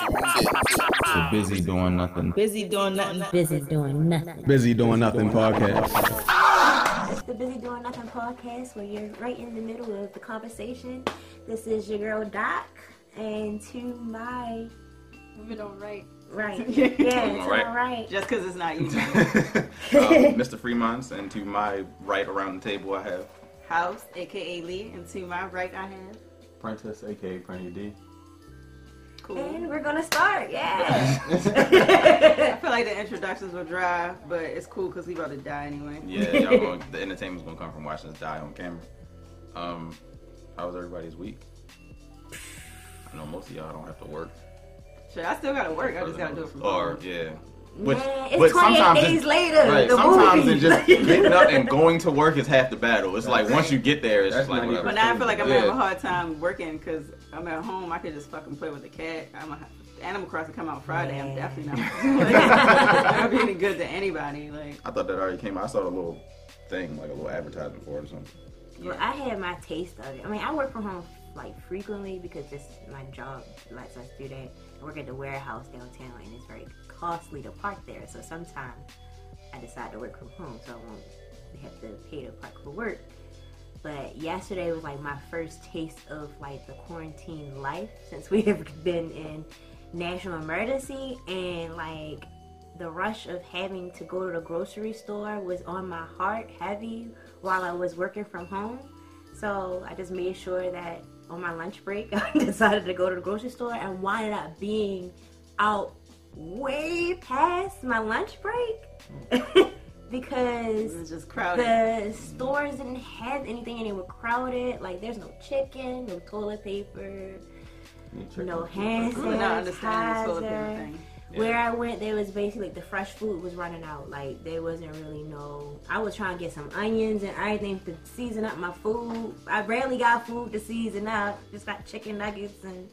So busy doing nothing. Busy doing nothing. Busy doing nothing. Busy doing nothing podcast. the Busy Doing Nothing podcast where you're right in the middle of the conversation. This is your girl Doc, and to my Middle right. right, yeah, to my right, Just because it's not you. um, Mr. Fremont's, and to my right around the table, I have House, aka Lee, and to my right I have. Princess, aka Granny D. and Cool. we're gonna start. Yeah, I feel like the introductions were dry, but it's cool because we about to die anyway. yeah, y'all gonna, the entertainment's gonna come from watching us die on camera. Um, how was everybody's week? I know most of y'all don't have to work. Shit, I still gotta work. I just gotta do it from Or home. yeah, Man, Which- it's but 28 sometimes days it's- later. Right. the Sometimes movie. it's just getting up and going to work is half the battle. It's like once you get there, it's That's just like 90%. But whatever. now I feel like I'm gonna have a Yeah. hard time working because I'm at home. I could just fucking play with the cat. I'm a Animal Crossing come out Friday. I'm definitely not. like, not being good to anybody. Like I thought that already came. out. I saw the little thing, like a little advertisement for it or something. Well, I had my taste of it. I mean, I work from home like frequently because just my job lets us do that. I work at the warehouse downtown, and it's very costly to park there. So sometimes I decide to work from home, so I won't have to pay to park for work. But yesterday was like my first taste of like the quarantine life since we have been in national emergency and like the rush of having to go to the grocery store was on my heart heavy while I was working from home. So I just made sure that on my lunch break, I decided to go to the grocery store and wound up being out way past my lunch break because it was just crowded. the stores didn't have anything and they were crowded. Like there's no chicken, no toilet paper, no hand I would not understand this toilet paper sanitizer. thing. Where I went, there was basically like the fresh food was running out. Like there wasn't really no. I was trying to get some onions and everything to season up my food. I rarely got food to season up. Just got chicken nuggets and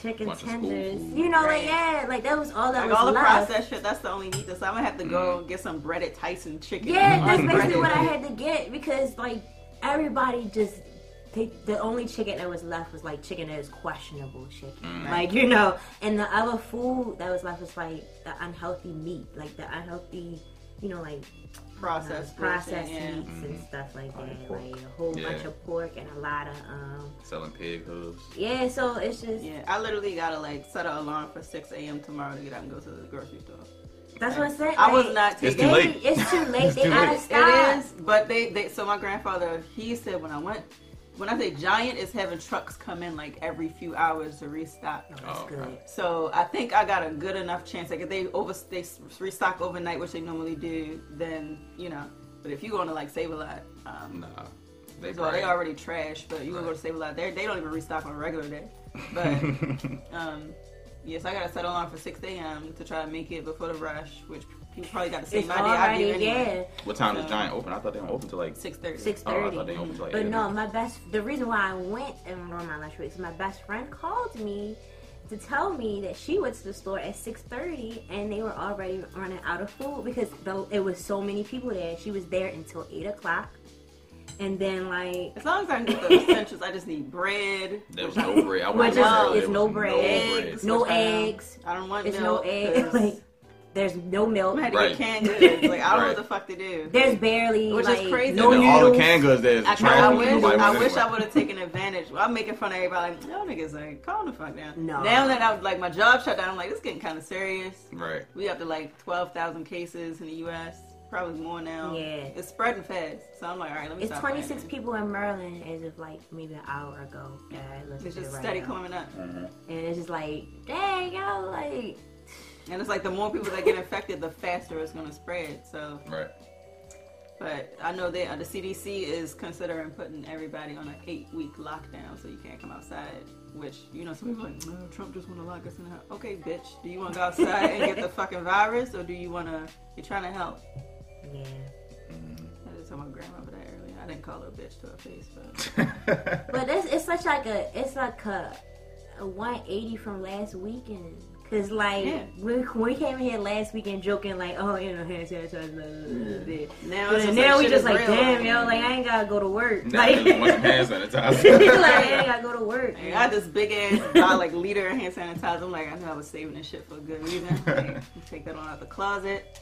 chicken Bunch of school tenders. food. You know, Right. like yeah, like that was all that Like was all the left. processed shit, that's the only meat. That's I'm gonna have to go get some breaded Tyson chicken. Yeah, that's Unbreaded. basically what I had to get because like everybody just they, the only chicken that was left was like chicken that is questionable chicken, Mm. like you know, and the other food that was left was like the unhealthy meat, like the unhealthy, you know, like uh, processed, processed bullshit, yeah. meats and stuff like that, pork. like a whole Mm-hmm. Yeah. bunch of pork and a lot of um, Selling pig hooves. yeah. So it's just Yeah, I literally gotta like set an alarm for 6 a.m. tomorrow to get up and go to the grocery store. that's what I said. I was like, not It's taking too they- late. It's too late. It's they too gotta late. stop. It is, but they, they so my grandfather he said when I went when I say Giant is having trucks come in like every few hours to restock. Oh, Oh, that's okay. good. So I think I got a good enough chance. Like if they over they s- restock overnight, which they normally do, then you know. But if you want to like save a lot, um, Nah, they first of all, they probably- already trash. But you gonna go to save a lot? They they don't even restock on a regular day. But um, yes, I gotta settle on for 6 a.m. to try to make it before the rush, which people probably got the same It's idea I do already anyway. yeah. What time does Giant open? I thought they don't open till like. 6:30. six Oh, I thirty. thought they opened till like. But eight. no, my best. The reason why I went and on my lunch break is my best friend called me to tell me that she went to the store at six thirty and they were already running out of food because though it was so many people there, she was there until eight o'clock, and then like As long as I can get the essentials, I just need bread. There was no bread. I Well, went just- there early, it's there was no bread. Eggs. no which I don't- eggs. I don't want It's no milk. egg. 'cause Like there's no I'm milk. gonna have to Right. get canned goods. Like I don't know Right. what the fuck to do. There's barely Which is like crazy. no And then all the noodles. canned goods there is I, trash. I that wish, nobody I, wants wish I anyway. would have taken advantage. Well, I'm making fun of everybody. Like, y'all niggas like calm the fuck down. No. Now that I like my job shut down, I'm like this getting kind of serious. Right. We up to like twelve thousand cases in the U.S. Probably more now. Yeah. It's spreading fast. So I'm like, all right, let me. It's stop 26 playing. people in Maryland as of like maybe an hour ago. that I listened It's to just right steady now. coming up, And it's just like, dang, yo, like, and it's like the more people that get infected, the faster it's gonna spread. So. Right. But I know that uh, the CDC is considering putting everybody on an eight-week lockdown, so you can't come outside. Which you know, some people are like "Oh, Trump just want to lock us in the house. Okay, bitch, do you want to go outside and get the fucking virus, or do you want to? You're trying to help. yeah. I just told my grandmother that earlier. I didn't call her a bitch to her face, but But it's, it's such like a, it's like a, a 180 from last weekend. Cause like Yeah. when, when we came in here last weekend joking like, oh, you know, hand sanitizer. Blah, blah, blah, blah. Now, But it's now we shit just is like, real. damn, yo, like I ain't gotta go to work. Mm-hmm. Now Like, you just want some like hand I ain't sanitizer. gotta go to work. I got this big ass about like liter of hand sanitizer. I'm like, I knew I was saving this shit for a good reason. Like, take that on out the closet.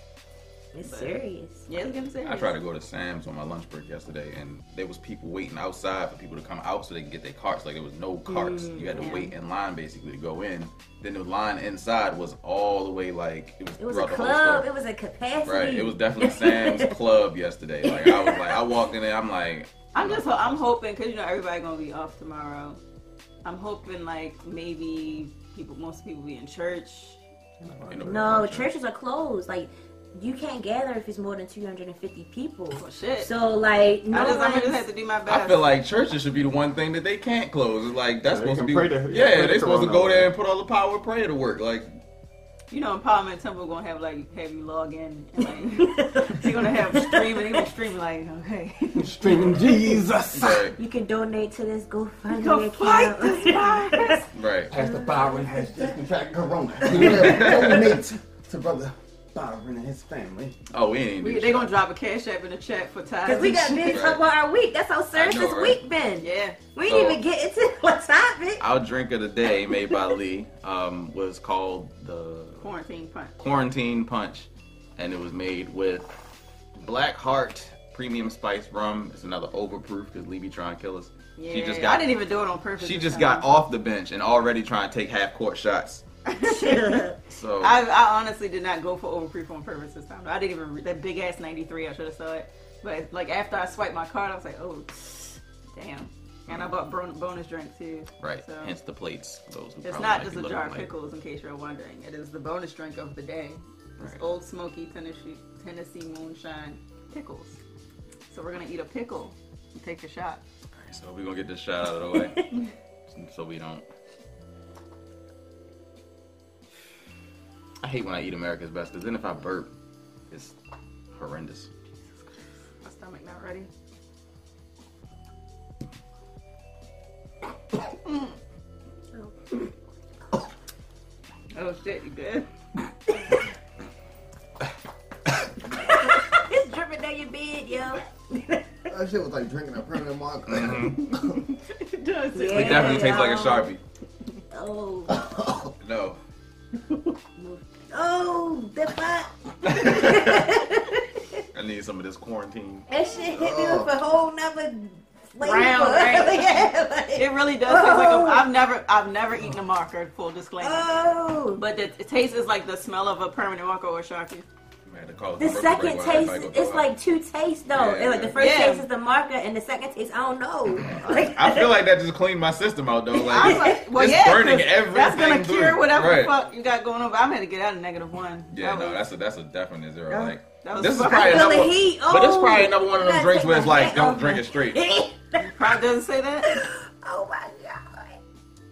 It's serious. Yeah, it's getting serious. I tried to go to Sam's on my lunch break yesterday, and there was people waiting outside for people to come out so they could get their carts. Like there was no carts. you had to Mm, yeah. wait in line basically to go in. Then the line inside was all the way like it was, It was a throughout the whole club. store. It was a capacity. Right, it was definitely Sam's Club yesterday. Like I was like, I walked in there, I'm like, I'm just ho- I'm hoping because you know everybody gonna be off tomorrow. I'm hoping like maybe people most people be in church. ain't No, function. churches are closed. Like, you can't gather if it's more than 250 people. Oh shit! So, like, I no just I'm gonna just one's- have to do my best. I feel like churches should be the one thing that they can't close. It's like that's Yeah, they supposed to can be. pray to- they can yeah, pray they're to supposed to Corona. go there and put all the power of prayer to work. Like you know, Empowerment Temple gonna have like have you log in and like you're gonna have streaming. They gonna stream like okay, Streaming Jesus. right, you can donate to this GoFundMe go account. fight this virus. right. Pastor Byron has just contracted corona. Donate to brother Byron and his family. Oh, we ain't. We, do they shit. gonna drop a cash app in the chat for time. Because we got Right. big talk about our week. That's how serious know, this right? week been. Yeah, We So- didn't even get into what topic. Our drink of the day, made by Lee, um, was called the quarantine punch. Quarantine Punch, and it was made with Black Heart Premium Spice Rum. It's another overproof because Lee be trying to kill us. Yeah, She just got. I didn't even do it on purpose. She this just time. got off the bench and already trying to take half court shots. So I, I honestly did not go for overproof on purpose this time. I didn't even read that big ass 93. I should have saw it. But like after I swiped my card, I was like, oh, damn. And I bought bron- bonus drink too. right, So hence the plates. for Those who it's probably not might just be a looking jar of like- pickles, in case you're wondering. It is the bonus drink of the day. It's Right. Old Smoky Tennessee Tennessee Moonshine pickles. So we're gonna eat a pickle and take a shot. So we're gonna get this shot out of the way. so we don't. I hate when I eat America's Best because then if I burp, it's horrendous. My stomach not ready. oh shit, you good? It's dripping down your bed, yo. That shit was like drinking a permanent marker. Mm-hmm. It does. Yeah. It definitely tastes like a sharpie. Oh, No. oh, the fuck. I need some of this quarantine. That shit hit me with Oh. a whole nother flavor. Round, right? yeah, like, It really does taste like a, Oh. I've never I've never eaten a marker, full disclaimer. oh. but the, it tastes is like the smell of a permanent marker or sharpie. I'm gonna have to call The commercial break second while taste, everybody go it's throw like two tastes though. Yeah, And, like the yeah. first Yeah. taste is the marker, and the second taste, I don't know. out. Like, I feel like that just cleaned my system out though. I was Like, like, well, it's yeah, burning 'cause That's gonna everything through. cure whatever Right. the fuck you got going on. But I'm gonna get out of negative one. yeah, That no, was- that's a that's a definite zero. Yeah. Like, That was this is fucking- probably I feel the another, one- heat. but it's Oh, probably another one of I those drinks take where it's my like, hat don't off. drink it straight. Probably doesn't say that. oh my god.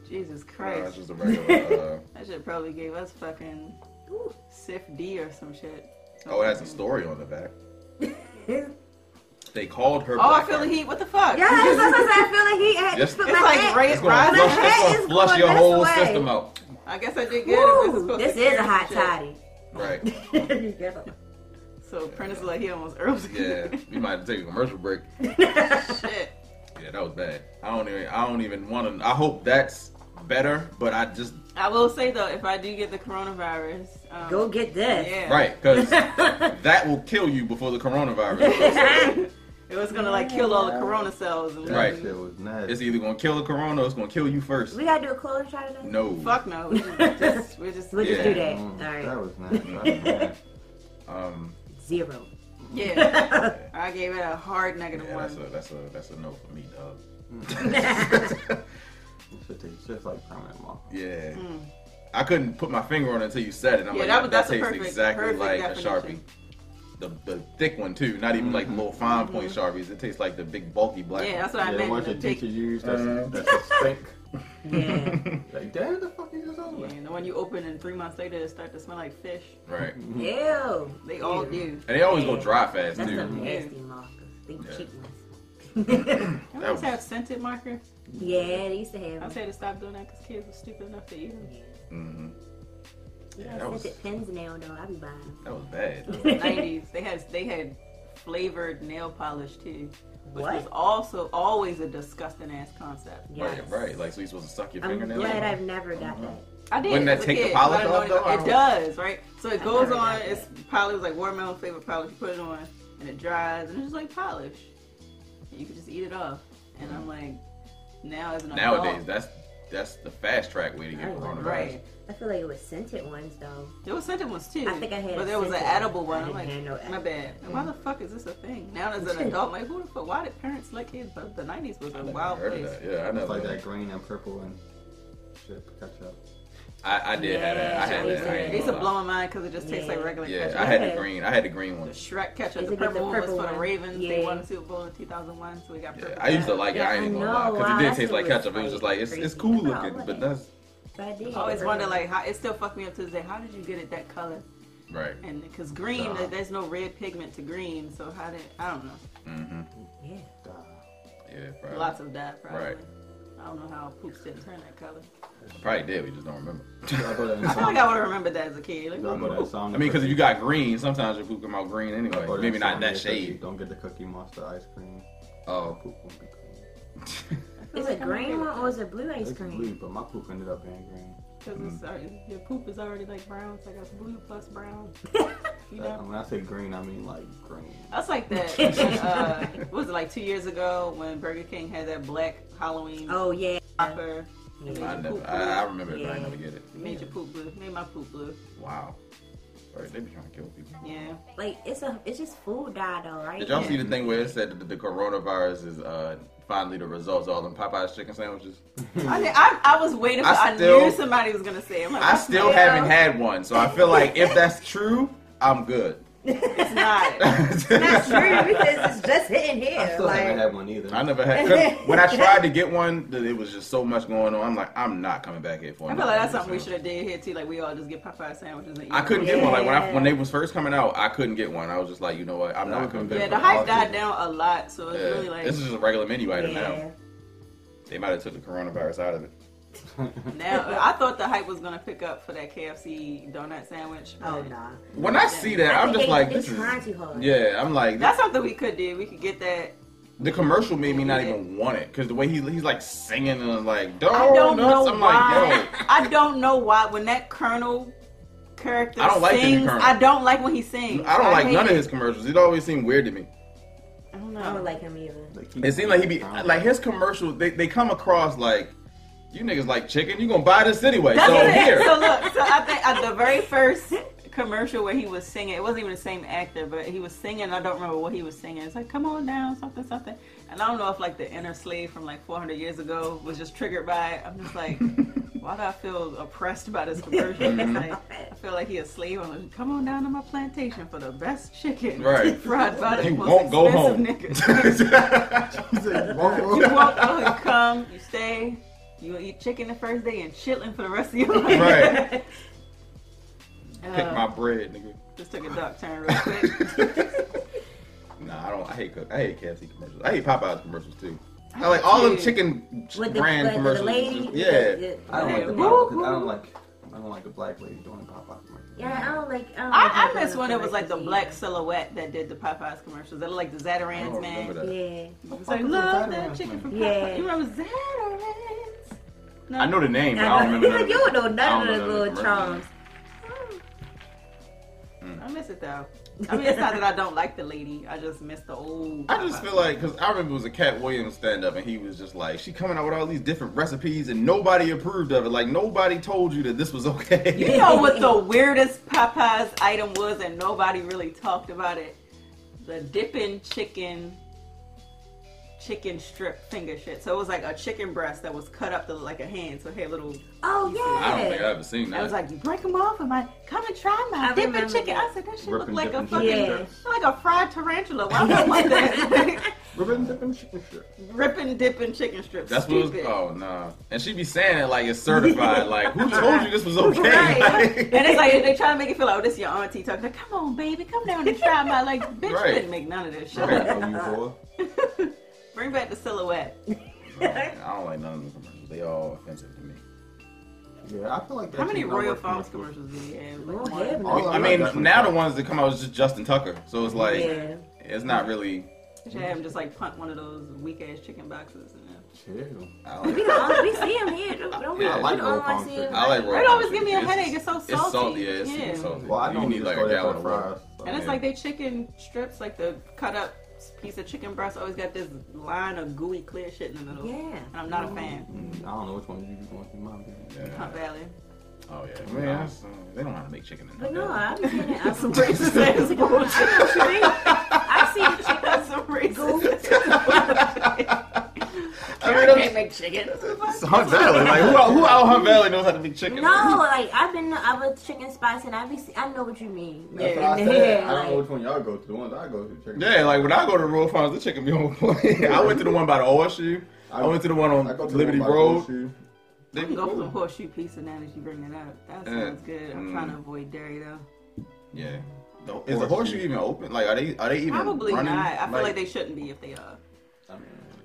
Jesus No, Christ. that's just a regular. Uh, That shit probably gave us fucking Ooh. Sif D or some shit. oh, it has a story on the back. Yeah, They called her. Oh, I Black feel the Heart. heat. What the fuck? that's what I said. I feel the heat. I had Yes. to put It's my like hat. It's raised gonna rising. flush, My it's head gonna is flush going your this whole way. system out. I guess I did good. if Ooh, supposed this to is a cure hot shit. toddy. Right. So Prentice is like he almost earls. Yeah. We might have to take a commercial break. shit. Yeah, that was bad. I don't even. I don't even want to. I hope that's better, but I just I will say though, if I do get the coronavirus, um, Go get this. yeah, right because that will kill you before the coronavirus. It was gonna like kill all the corona cells. And Right. That shit was nasty. It's either gonna kill the corona or it's gonna kill you first. We gotta do a closing shot of this. No. Fuck no. We just, we just, We'll Yeah. just do that. Mm, All That right. was nasty. That was nasty. Um. Zero. yeah. I gave it a hard negative Yeah, that's one. a that's a that's a no for me, dog. That shit tastes just like permanent marker. Yeah. I couldn't put my finger on it until you said it. I'm like, Yeah, that that, that, was- that's a tastes perfect- exactly perfect like definition. a Sharpie. The, the thick one, too. Not even like little fine point Sharpies. It tastes like the big, bulky black Mm-hmm. yeah, one. that's what I yeah, the meant. ones The your big- teacher used, that's, Mm-hmm. that's a stink. Yeah. Like, damn, the fuck is this over? yeah, the one you open and three months later it start to smell like fish. Right. Mm-hmm. Ew. They all Ew. do. And they always go dry fast, That's too. some nasty markers. They Yeah. cheap ones. Don't they used to have scented markers? yeah, they used to I have. them. said to stop doing that because kids were stupid enough to eat them. Yeah. hmm Yeah, that was Since it pins now, though, I be buying them. that was bad. Nineties. They had they had flavored nail polish too, which was also always a disgusting ass concept. Yes. Right, right. Like so you're supposed to suck your I'm fingernails. glad off? I've never got that. I did. Wouldn't that as a take the kid, polish but I off, don't know- though? It does, right? So it goes never got on. that. It's polish like watermelon flavored polish. You put it on, and it dries, and it's just like polish. And you can just eat it off. And I'm like, now as an adult, Mm-hmm. Nowadays, that's that's the fast track way to get Right. coronavirus. Mm-hmm. right? I feel like it was scented ones, though. There was scented ones too. I think I had But a there was an scented one. edible one. I I'm like, didn't have no my bad. And Why the fuck is this a thing? Now as an adult, like, who the fuck? Why did parents let kids? But the 90s was a I never wild heard place. of that. Yeah, I It's never. like that green and purple and shit ketchup. I, I did have that. I had Yeah, that. I ain't They used to gonna lie. blow my mind because it just tastes like Yeah. regular Yeah, ketchup. I had Yeah. the green. I had the green one. The Shrek ketchup, Is the it good, purple, the one purple was for the one? Ravens. They Yeah. won the Super Bowl in 2001, so we got purple. Yeah, I used to ketchup. like Yeah, it. I ain't I even gonna know, lie, because wow, it did that taste shit like was ketchup. It was just like it's, it's crazy. cool Wow, looking, what but the- that's But I did. I always have wonder, green. like, how it still fucked me up to this day. How did you get it that color? right. And because green, Nah. there- there's no red pigment to green, so how did I don't know. Mm-hmm. Yeah. Duh. Yeah, probably. Lots of that, probably. Right. I don't know how poops didn't turn that color. Probably did. We just don't remember. I go to I feel like insomnia. I would have remembered that as a kid. Like, I go to I insomnia. mean, because if you got green, sometimes your poop come out green anyway. Go to Maybe not insomnia that 'cause you shade. Don't get the Cookie Monster ice cream. My Oh, poop won't be green. Is it green one or is it blue ice It's blue, cream? but my poop ended up being green. Because it's already, your poop is already like brown. It's like a blue plus brown. you That- know? when I say green, I mean like green. That's like that. uh, what was it like two years ago when Burger King had that black Halloween Oh yeah. popper? Yeah. I never. I, I remember it, but I ain't Yeah. never get it. It made your poop blue. Made my poop blue. Wow. Right, they be trying to kill Hmm. people. Yeah. Like it's a it's just food dye though, right? Did y'all see the thing where it said that the coronavirus is uh, finally the results of all them Popeye's chicken sandwiches? I, mean, I, I was waiting for. I I, knew still- somebody was gonna say. it. I'm like, I "That's still not- haven't had one, so I feel like if that's true, I'm good. It's not. That's true because it's just hitting here. I still like, haven't had one either. I never had. 'cause When I tried to get one, th- it was just so much going on. I'm like, I'm not coming back here for. I feel like that's something we another should one. have did here too. Like we all just get Popeye sandwiches and eat. I couldn't them. get one. Like when I Yeah. when they was first coming out, I couldn't get one. I was just like, you know what? I'm That not would've coming back. been Yeah, for the Popeye. hype this. died down a lot, so it's Yeah. really like this is just a regular menu item yeah. now. They might have took the coronavirus out of it. now. I thought the hype was gonna pick up for that KFC donut sandwich. Oh but- nah. When I see that, I I'm think just they- like, they this is. trying too hard. Yeah, I'm like, That's something we could do. We could get that. The commercial made me not Yeah. even want it because the way he he's like singing and like don't, I don't know I'm why. like yo. I don't know why when that Colonel character I don't like the new sings, Colonel. I don't like when he sings. I don't like hate none it. of his commercials. It always seemed weird to me. I don't I know. don't like him either. It seemed like he be like his commercials. They, they come across like you niggas like chicken. You gonna buy this anyway? That's so it. here, So look, so I think at the very first commercial where he was singing, it wasn't even the same actor, but he was singing. I don't remember what he was singing. It's like, come on down, something, something. And I don't know if like the inner slave from like 400 years ago was just triggered by it. I'm just like, why do I feel oppressed by this commercial? Mm-hmm. It's like, I feel like he a slave owner. Come on down to my plantation for the best chicken, Right. Fried by the you most won't go home. expensive niggas. You won't go, you come, you stay, you will eat chicken the first day and chitlin for the rest of your life. right? Uh, Pick my bread, nigga. Just took a dark turn real quick. Nah, I don't. I hate cook- I hate KFC commercials. I hate Popeyes commercials too. I like all them Dude. chicken Oh, With the, brand with commercials. the lady. yeah. I don't like the Woo, black. woo. I don't like. I don't like the black lady doing Popeye commercials. Yeah, I don't like. I, don't I, like her I miss doing when it was like the commercials black either. silhouette that did the Popeyes commercials. They look like the I Zatarans, don't man. Oh, remember It that. Yeah. was Fuck like, was love Zatarans, that chicken man? from Popeyes. Yeah. You remember Zatarans? No. I know the name, but I don't remember. none of you it. don't know I don't none know none of the of the little charms. commercials. Mm. Mm. I miss it though. I mean, it's not that I don't like the lady. I just miss the old. I just Popeyes. feel like because I remember it was a Cat Williams stand up, and he was just like, she coming out with all these different recipes, and nobody approved of it. Like nobody told you that this was okay. You know what the weirdest Popeyes item was, and nobody really talked about it? The dipping chicken, chicken strip finger shit. So it was like a chicken breast that was cut up to look like a hand, so it had little. Oh I don't think I yeah. ever seen that. I was like, you break them off, and I come and try my I dipping remember chicken. that. I said that shit Rip looked and like a dip fucking, and chicken Yeah. like strips. a fried tarantula. Why would I want that? Ribbon dipping chicken strips. Ripping, dipping chicken strips. that's what it Stupid. was. Oh no! And she be saying it like it's certified. like who told you this was okay? Right. Like- And it's like they try to make it feel like oh, this your auntie talking. Like, come on, baby, come down and try my like. Bitch Right. didn't make none of this shit. Right. Oh, you whore. Bring back the silhouette. I don't like none of the commercials. They all offensive to me. Yeah, I feel like that How many shit not Royal worth Farms much. commercials do you have? We Like, don't one? have Oh, no. I I'm mean, not definitely- now the ones that come out is just Justin Tucker, so it's like yeah. it's not really. Should have him just like punt one of those weak ass chicken boxes. And then... Chill. I We, don't- don't, we see him here. Don't, don't we? Yeah, I like we Royal don't Palms see too. him. I like Royal It always Farms give me a chicken. It's- headache. It's so salty. It's salty, yeah. It's Yeah. super salty. Well, I you don't need like go a there gallon for of the water. fries, so. And it's Yeah. like they chicken strips, like the cut up piece of chicken breast, always got this line of gooey clear shit in the middle. Yeah. And I'm not a fan. Mm, I don't know which one you be going through my opinion. Yeah. Hunt Valley. Oh yeah, Man, that's- they don't want to make chicken in that. But no, building. I'm getting it. I'm Some racist ass bullshit. I see the chicken. That's some racist. I mean, I'm- make chicken. it's Hunt Valley. Like who out, who out Hunt Valley knows how to make chicken? No, like I've been to other chicken spots and I be see, I know what you mean. That's Yeah. what I said. I like- don't know which one y'all go to. The ones I go to. Chicken. Yeah, like when I go to Royal Farms, the chicken be on point. I went to the one by the OSU. I, went to the one on I go to the Liberty one by Road. Horseshoe. They I'm be going for some cool. horseshoe pizza now that you bring it up. That Yeah. sounds good. I'm Mm. trying to avoid dairy though. Yeah. The- Is the horseshoe even open? Like, are they are they even Probably running? not. I feel like, they shouldn't be if they uh, are. I mean,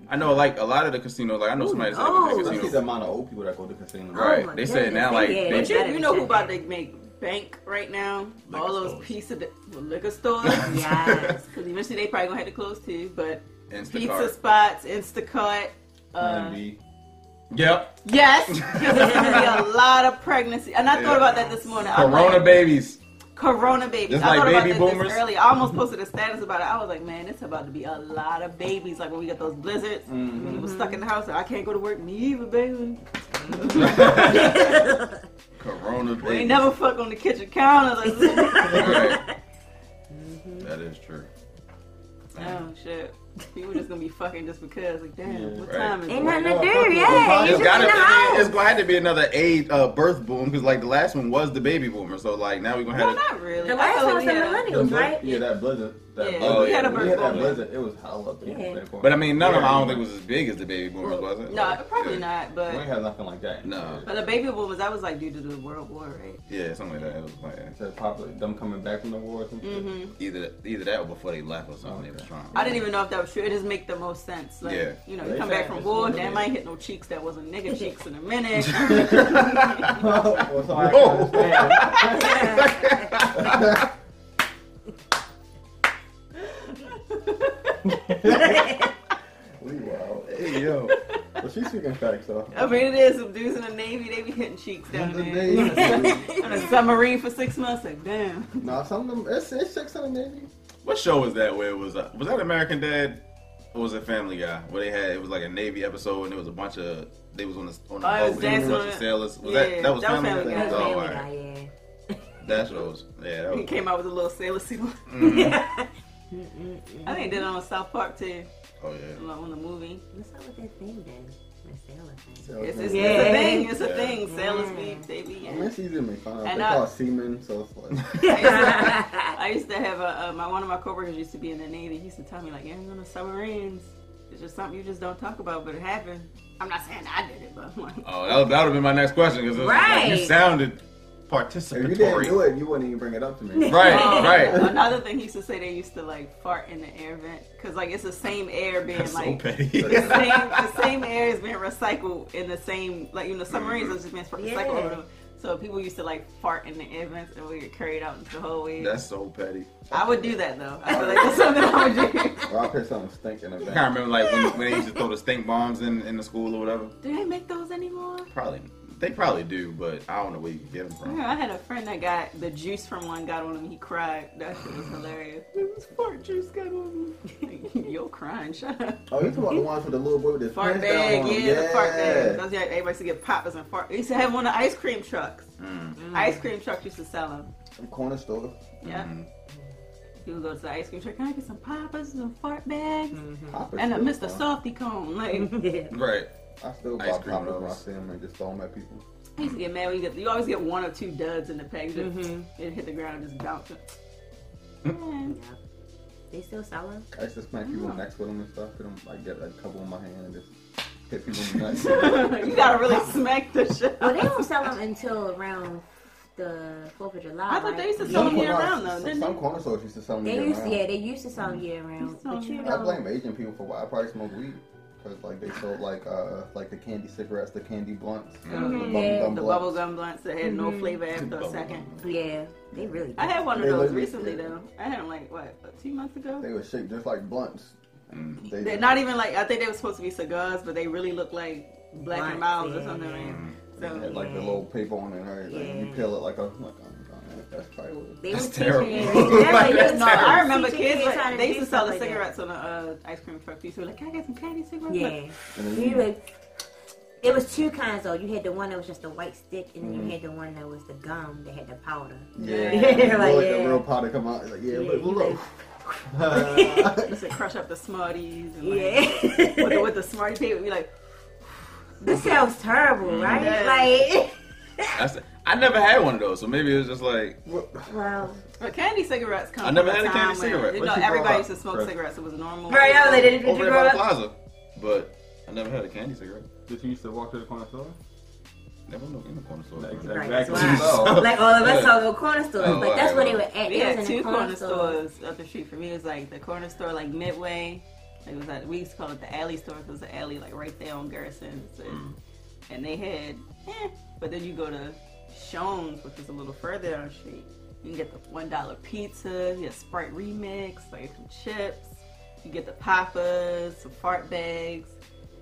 I know, like a lot of the casinos. Like I know somebody that's no. like Oh, a I see casino. the amount of old people that go to casino. Right. my They said goodness, now, they like, did. they- But you, you know who about to chicken. make bank right now? Liquor All those stores. pieces of the well, liquor stores. Yes. Because eventually they probably gonna have to close too. But pizza Instacart. spots, Instacart. Plan Uh, B. Yep. yes, because there's gonna be a lot of pregnancy. And I thought about that this morning. I'm Corona like, babies. Corona babies. Just I like thought baby about that boomers. this earlier. I almost posted a status about it. I was like, man, it's about to be a lot of babies. Like when we got those blizzards, Mm-hmm. when Mm-hmm. people stuck in the house. I can't go to work. Me either, baby. Corona babies. They never fuck on the kitchen counter. Like, Right. That is true. oh shit. People just gonna be fucking just because. Like, damn, Yeah, what right. time is Ain't it? nothing to Yeah, do. fucking- Yeah, you It's just gotta, in the I mean, it's house. gonna have to be another age uh, birth boom because like the last one was the baby boomer, so like now we're gonna Well, have. not really. The I last feel time like was we the had a- millennials, right? Yeah, that blizzard. That Yeah, we blizzard. had a When bird we had that bomb. blizzard. It was hella big. Yeah. back Oh, But I mean, none of them I don't Yeah. think was as big as the baby boomers, was it? No, Like, probably yeah. not. We ain't But had nothing like that. No. but the baby boomers, that was like due to the World War, right? Yeah, something like that. It was like eh. That's probably them coming back from the war or some shit. hmm either either that or before they left or something. They was Okay. trying. I didn't even know if that was true. It just make the most sense. Like, Yeah. you know, They you come back fat, from it's war, what it damn, is. I ain't hit no cheeks that wasn't nigga cheeks in a minute. Well, so I Whoa. can understand. we wild. Hey yo, Well, she's speaking facts though. I mean, it is. Some dudes in the Navy, they be hitting cheeks down there. On a submarine for six months, like, damn. nah, some of them. It's, it's chicks in the Navy. what show was that? Where it was uh, was that American Dad or was it Family Guy? Where they had it was like a Navy episode and it was a bunch of they was on the on the Oh, it was boat and it was a bunch of Dancing- sailors. Was yeah, that that was that was Family, Family Guy? That's Guy. Oh, all Family right. Guy, That shows. Yeah, that He was. came out with a little sailor suit. Mhm. yeah. I think they did it on South Park, too, Oh yeah. on the movie. What's up with that thing then? The sailor thing. It's, it's, Yeah. it's a thing. It's a Yeah. thing. Sailors be, Yeah. they be. I mean, it's easy to make fun of. And they I- call it semen, so it's like. I used to have a, uh, my one of my coworkers used to be in the Navy. He used to tell me like, "Yeah, I'm on submarines. It's just something you just don't talk about, but it happened." I'm not saying I did it, but like, Oh, that, that would have been my next question because like, you Right. sounded If you didn't do participatory. it, you wouldn't even bring it up to me. Right, Oh, Um, right. Another thing he used to say, they used to like fart in the air vent because like it's the same air being That's so like. petty. the same, the same air is being recycled in the same, like you know, submarines are just being recycled. Yeah. over them. So people used to like fart in the air vents, and we get carried out into the hallways. That's so petty. I would do that though. I feel like that's something I would do. Or I'll hear something stink in the I can't back. remember like when, when they used to throw the stink bombs in, in the school or whatever. Do they make those anymore? Probably they probably do, but I don't know where you can get them from. Yeah, I had a friend that got the juice from one got on him. He cried. That shit was hilarious. It was fart juice got on me. You're crying. Shut up. Oh, you talking about the ones with the little boy with the Fart pants bag. down? Yeah, the fart bag. That's yeah. Everybody used to get poppers and fart. They used to have one of the ice cream trucks. Mm. Ice cream trucks used to sell them. From corner store. Yeah. Mhm. You would go to the ice cream truck. Can I get some poppers and some fart bags? Mm-hmm. Poppers And uh, a still Mr. fun. Softy cone. Like, Yeah. Right. I still Ice buy cream poppers when I rolls. see them and just throw them at people. I used to get mad when you get you always get one or two duds in the pack. Just, It hit the ground and just bounced. Man. Yup. They still sell them? I used to smack people Mm-hmm. next with them and stuff. Put them, like, get a couple in my hand and just hit people in the nuts. you gotta really smack the shit. Well, Oh, they don't sell them until around the 4th of July. I thought right? they used to sell Some them year corner- round though, didn't Some they? corner stores used to sell them They year used, round. yeah, they used to sell year round, but you I I know, blame Asian people for why I probably smoke weed. because like they sold like uh like the candy cigarettes, the candy blunts, the Mhm. bubble Yeah, gum The blunts. bubblegum blunts that had no Mhm. flavor after a Bubble second. gum. Yeah, they really. I had one of They those look- recently though. I had them like what a few months ago. They were shaped just like blunts. Mm. They, They're not even like I think they were supposed to be cigars, but they really look like black and Blunts, miles or yeah. something. man. they had So like the little paper on it and everything. You Yeah. peel it like oh a like a, that's probably what it They That's was terrible. teaching it. Like, Remember, you- that's no, I terrible. remember teaching kids how to like, they do used to stuff sell the like that. cigarettes on the uh, ice cream truck. They used to be like, "Can I get some candy cigarettes?" Yeah. And then You you- like, it was two kinds though. You had the one that was just the white stick, and Mm-hmm. then you had the one that was the gum that had the powder. Yeah, Yeah, You like, let yeah. the real powder come out. Like, yeah, Yeah, look, you look. They used to crush up the Smarties. And, like, with, the, Yeah. with the Smartie paper, we like, this sounds Mm-hmm. terrible, right? Like, That's, I never had one of those, so maybe it was just like well, but candy cigarettes come. I never from had a time candy when, cigarette. You What know, you grow everybody up, used to smoke bro? cigates. It was normal. right? oh, I was like, did, did over you there by grow the up? plaza, but I never had a candy cigarette. Did you used to walk to the corner store? Never no in the corner store. Exactly. Right, that's Exactly. why. Like all of us Yeah. all go corner stores, Oh, but that's alright, where they were well. at. We They had was in two the corner corner stores. stores up the street from me. It was like the corner store, like Midway. It was like we used to call it the alley store because the alley like right there on Garrison. So- And they had, eh, but then you go to Shones, which is a little further down the street. You can get the one dollar pizza, you get Sprite remix, like some chips. You get the poppers, some fart bags,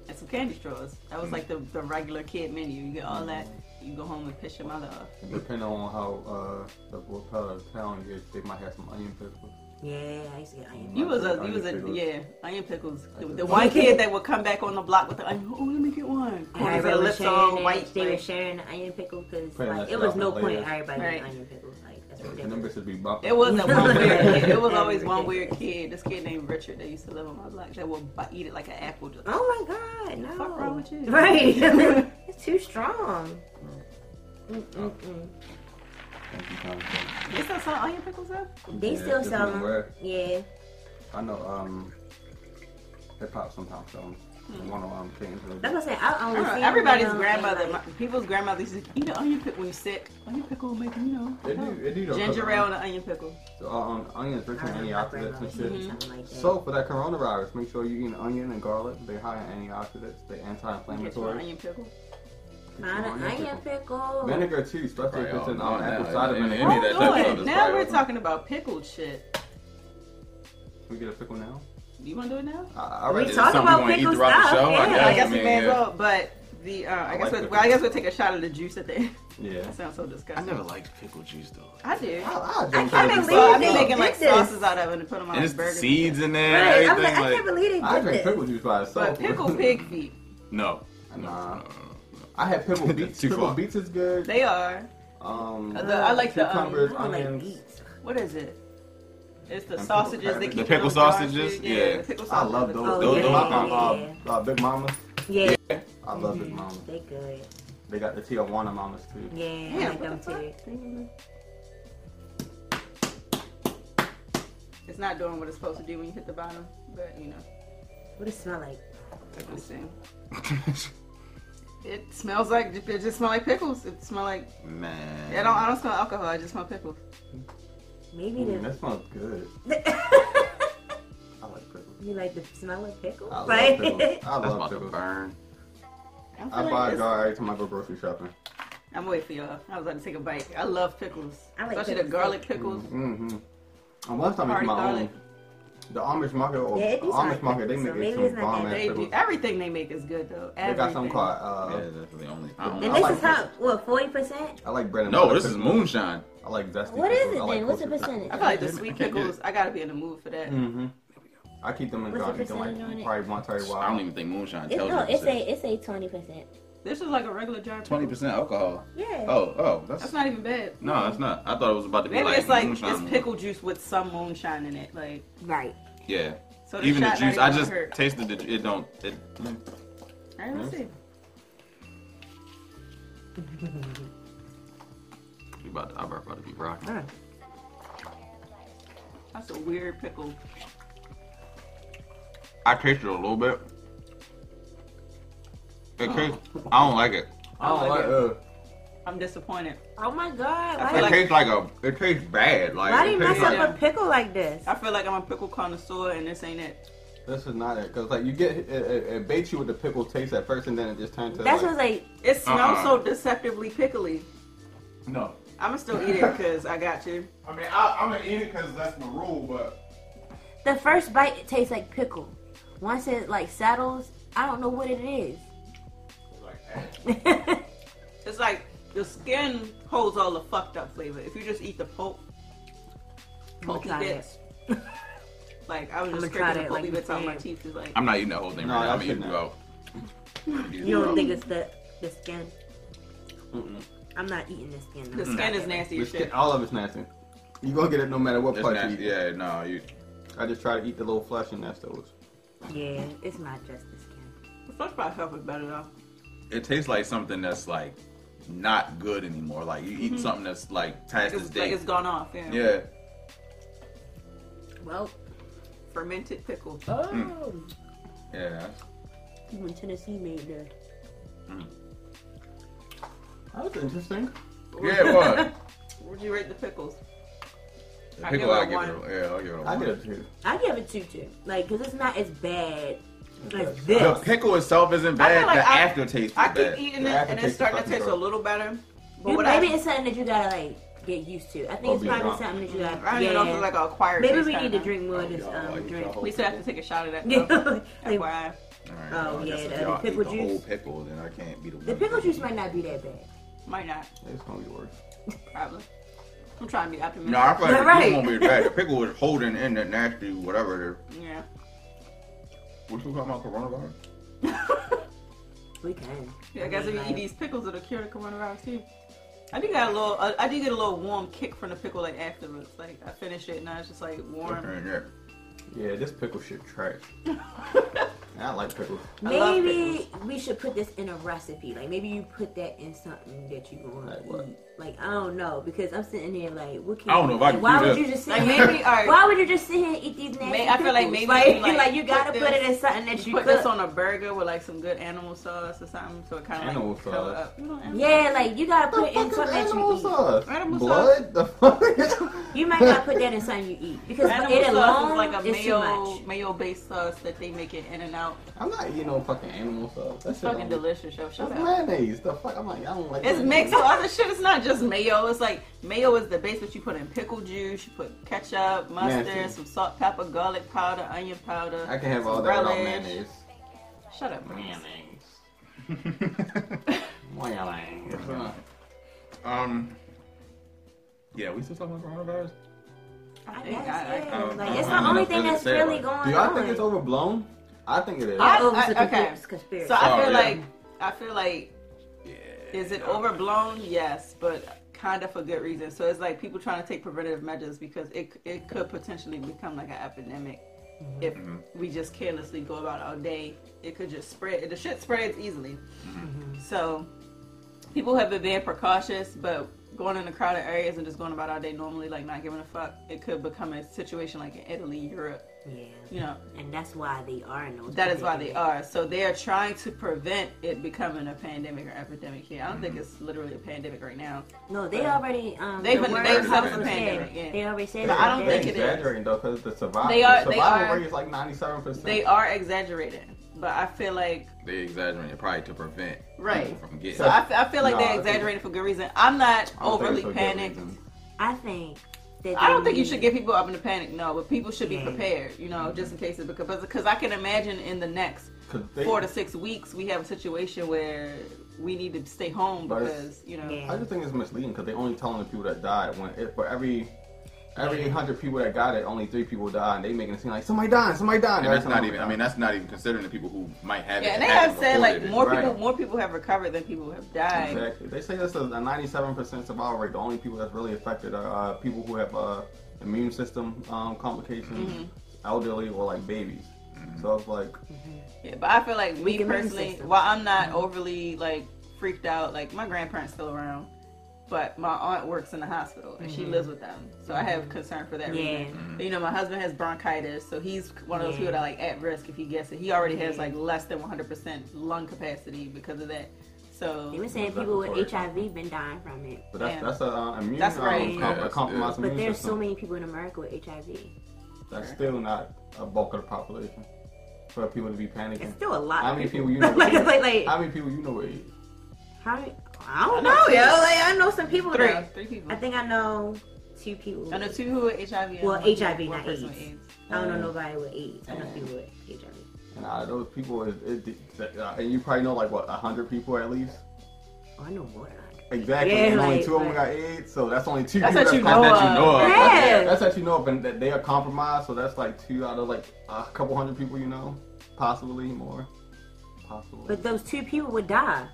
and some candy straws. That was like the, the regular kid menu. You get all that. You go home and piss your mother off. Depending on how uh, the what part of town you get, they might have some onion pickles. Yeah, I used to get onion. You was a, Onion you was a, pickles. yeah, onion pickles. The, Onion the pickles. one kid that would come back on the block with the onion. Oh, let me get one. Corners Everybody and was lips sharing. all it. white. they were Like, sharing the onion pickle because Putting like, that it was stuff no in point. layers. Everybody Right. getting onion pickles. Like that's what they And them were. bitches be bopping. it was that one weird kid. It was always one weird kid. This kid named Richard that used to live on my block that would bu- eat it like an apple. Just, Oh my god, no. fuck wrong with you? Right. it's too strong. Mm-mm-mm. They still sell onion pickles though. They Yeah, still just sell be them. aware. Yeah. I know um, hip hop sometimes sells. them. One of them came to That's what I'm saying. I I only don't know, seen everybody's them, grandmother, my, like, people's grandmother used to eat an onion pickle when you sick. Onion pickle will make you know. They do, they do though, 'cause, Ginger ale and an onion pickle. Um, um, onions, they're I remember my antioxidants grandmother and saying shit. something like that. So for that coronavirus, make sure you eat onion and garlic. They high in antioxidants. They Get you an anti-inflammatory. onion pickle. Find an onion Vinegar. pickle. Vinegar too, especially if Right, it's in oh, um, apple no, cider any- vinegar. any- of Hold that on, type of stuff is Oh, Now probably we're awesome. talking about pickled shit. Can we get a pickle now? You want to do it now? I, I read We it. talk something about we wanna eat pickle throughout the stuff. show, I yeah. I guess. guess we mean, may as yeah. well. But the uh, I, I guess like we'll, the well, I guess pickles. we'll take a shot of the juice at the end. Yeah. That sounds so I disgusting. never liked pickle juice though. I do. I, So I, I drink can't pickles. believe I've they been making did like this. sauces out of it and put them on And like it's the burgers. seeds in there, Right. I'm everything. like, I like, can't believe they I did drink this. pickle juice by itself. But pickled pig feet, no. Nah. No, no, no, no. I had pickled beets. Too pickled far. beets is good. they are. um, Uh, the- I like the, um, I cucumbers, don't like onions. beets. What is it? It's the And pickled sausages that cabbage. keep The in pickle those jars, sausages? dude. Yeah. the pickle I sausages. love those. Oh, those yeah. those my, Yeah. uh, uh, Big Mama. Yeah. I love Big Mama. They good. They got the Tijuana Mamas too. Yeah. I Yeah, like them what the too. It's not doing what it's supposed to do when you hit the bottom, but you know, What it smell like? we'll see. It smells like it just smell like pickles. It smell like Man. I don't I don't smell alcohol. I just smell pickles. Maybe Mm, the. that smells good. I like pickles. You like the smell of pickle? I love Like- pickles. I That's about love to pickles. burn. I, don't feel I like buy a this- jar every time I go grocery shopping. I'm waiting for y'all. I was about to take a bite. I love pickles, I like especially pickles, the garlic too. pickles. Mm-hmm. And one time I Party made my own. garlic. The Amish market or Yeah, it the be Amish something. market, they So make maybe it it's some not bomb that ass They do pickles. everything they make is good though. They Everything. got something called uh, Yeah, that's the only. I And don't this I like is how pickles. what forty percent? I like bread and No, butter this is pickles. moonshine. I like zesty. What is pickles. it I like then? What's the kosher percentage? I feel like I the can't- I sweet can't do pickles. I gotta be in the mood for that. pickles. Mhm. I keep them in What's the jar. Eat them percentage on like it? probably once every I don't while. even think moonshine It's, tells no, you. it's a it's a twenty percent. This is like a regular jar. of twenty pickles. percent alcohol. Yeah. Oh, oh, that's, That's not even bad. no, that's not. I thought it was about to be Maybe like it's like moonshine. it's pickle juice with some moonshine in it. Like Right. Yeah. so, the Even the shot not juice, I gonna just hurt. tasted the. ju- It don't. It. All right, let's see. We about to, I'm about to be rocking. That's a weird pickle. I tasted a little bit. It tastes, I don't like it. I don't like like. it. Uh, I'm disappointed. Oh my god! I Why, feel did, like- tastes like a. Oh, It tastes bad. Like why do you it tastes mess like- up a pickle like this? I feel like I'm a pickle connoisseur, and this ain't it. This is not it because like you get it, it, it baits you with the pickle taste at first, and then it just turns to That's like, what's like. It smells Uh-uh. so deceptively pickly. No. I'ma still eat it because I got you. I mean, I, I'm gonna eat it because that's my rule, but The first bite it tastes like pickle. Once it like settles, I don't know what it is. like, eh. It's like the skin holds all the fucked up flavor. If you just eat the pulp, gonna pulpy try that. bits. like I was just gonna try scraping the that, like pulpy you bits out my said. teeth. It's like I'm not eating that whole thing No, right now. I'm that's eating good. throughout. You Mm. don't think it's the the skin? Mm-mm. I'm not eating the skin. the I'm skin not is eating nasty the as skin, shit. all of it's nasty. You gonna get it no matter what It's part nasty. you eat. Yeah, no, you. I just try to eat the little flesh, and that's those. it. Yeah, it's not just the skin. The flesh by itself is better though. It tastes like something that's like not good anymore. Like you eat something that's like past its It's like date. it's gone off. Yeah. Yeah. Well, Fermented pickle. oh, Yeah. when Tennessee made the That was interesting. Yeah, it was. Would you rate the pickles? The I pickle, give it a I give it. A, one. yeah, I'll give it a I one. did it too. I give it two two, like, cause it's not as bad as The this. pickle itself isn't I bad. feel like the I- aftertaste is I bad. keep eating it, The and aftertaste it's is starting to fucking taste a gross. little better. But You- what maybe I, it's something that you gotta like get used to. I Or think it's be probably drunk. something that you gotta. I don't even know if it's like an acquired maybe taste we need kinda. to drink more of this Y'all, um like, drink. y'all We still have to take a shot of that. Yeah, though. like, FYI. All right, Oh, well, I guess yeah, if the- the y'all eat pickle The whole juice. pickle, then I can't be the one. the pickle juice might not be that bad. Might not. It's gonna be worse. Probably. I'm trying to be optimistic. No, I feel like the Right. pickle won't be bad. The pickle was holding in that nasty whatever. Yeah. What you talking about coronavirus? We can. Yeah, I guess if mean, you eat like, these pickles, it'll cure the coronavirus too. I do got a little. I, I do get a little warm kick from the pickle like afterwards. Like I finish it and now it's just like warm. Okay, yeah. Yeah, this pickle shit trash. I like pickles. I love Maybe we should put this in a recipe. Like maybe you put that in something that you want Like to what? eat. Like I don't know because I'm sitting here like what can I don't know you- if I like, can Why do would that. you just sit Like here? maybe all right. why would you just sit here and eat these nasty May- I feel like pickles? maybe like, you, like, you put gotta put it this- in something that you Put cook. this on a burger with like some good animal sauce or something, so it kind of Animal like, cover sauce? Up. You know, animal yeah, like you gotta put it in Fucking something that animal you eat. sauce. Animal Blood? The fuck? You might not put that in something you eat because Animal it sauce alone is like a is too mayo much. mayo based sauce that they make it in and out. I'm not eating no fucking animal sauce. That's It's fucking delicious, yo. Shut That's up. mayonnaise. The fuck? I'm like, I don't like. It's mayonnaise. mixed with other shit. It's not just mayo. It's like mayo is the base, but you put in pickle juice, you put ketchup, mustard, Nasty. some salt, pepper, garlic powder, onion powder. I can have all some that without relish. mayonnaise. Shut up, man. Mayonnaise. um. Yeah, we still talking about coronavirus? I think guess, I- I- yeah. I- like it's I the don't only know thing if that's it's really fair. going Do y'all think it's on. overblown? I think it is. I- Oh, it's a I- okay. conspiracy- conspiracy. So I Oh, feel yeah. like I feel like Yeah. is it overblown? Yes, but kind of for good reason. So it's like people trying to take preventative measures because it it could potentially become like an epidemic if Mm-hmm. we just carelessly go about our day. It could just spread. The shit spreads easily. Mm-hmm. So people have been being precautious, but going into crowded areas and just going about our day normally, like not giving a fuck, it could become a situation like in Italy, Europe. Yeah, You know, and that's why they are in those. that is why they predicaments. are. So they are trying to prevent it becoming a pandemic or epidemic here. I don't Mm-hmm. think it's literally a pandemic right now. No, they uh, already. Um, They've the been- word they've had also a pandemic, said- yeah. They already said. But that I don't they- think it is. exaggerating though, because the survival, They are- they survival are- rate is like 97. percent They are exaggerating, but I feel like They exaggerating it probably to prevent Right. people from getting. so. I, fe- I feel like No, I they're think- exaggerating for good reason. I'm not I don't think overly it's a good panicked. reason. I think that. I don't they think you need- should get people up in a panic. No, but people should be Yeah. prepared. You Mm-hmm. know, just in case it because because I can imagine in the next 'Cause they- four to six weeks we have a situation where we need to stay home But it's- because you know. Yeah. I just think it's misleading because they only telling the people that died. When it, for every every hundred people that got it, only three people died, and they making it seem like somebody dying, somebody dying. And that's not Somebody even. I died. mean, that's not even considering the people who might have. Yeah, it and they have haven't said like reported it. more Right. people more people have recovered than people have died. Exactly. They say this is a 97% survival rate. The only people that's really affected are uh, people who have uh, immune system um, complications, Mm-hmm. elderly, or like babies. Mm-hmm. So it's like, Yeah, but I feel like me Weak immune personally, system. while I'm Mm-hmm. not overly like freaked out, like my grandparents still around, but my aunt works in the hospital and she lives with them, so I have concern for that Mm-hmm. Yeah. reason. You know, my husband has bronchitis, so he's one of those Yeah. people that like at risk if he gets it. He already has Yeah. like less than 100 percent lung capacity because of that. They So were saying people with HIV been dying from it, but that's Yeah. that's a uh, immune That's um, right. com- Yeah, that's- a compromised but immune there's system. so many people in America with HIV. That's still not a bulk of the population. for people to be panicking. It's still a lot. how of many people. people you know? like, with AIDS? like, like, how many people you know? with AIDS? how many? I don't I know, know two. yo. Like, I know some people. Three. though. Three people. I think I know two people. I know two who are HIV. and Well, one- HIV, one not person with AIDS. AIDS. I don't know nobody with AIDS. I know people with HIV. And out of those people, is it, it, uh, and you probably know like what hundred people at least. Oh, I know more than I do. Exactly. Yeah, and only like- two of them like- got AIDS, so that's only two That's people what you know that's com- of. that you know of. Yeah. That's, that's what you know of, and that they are compromised. So that's like two out of like a couple hundred people you know, possibly more, possibly. But those two people would die.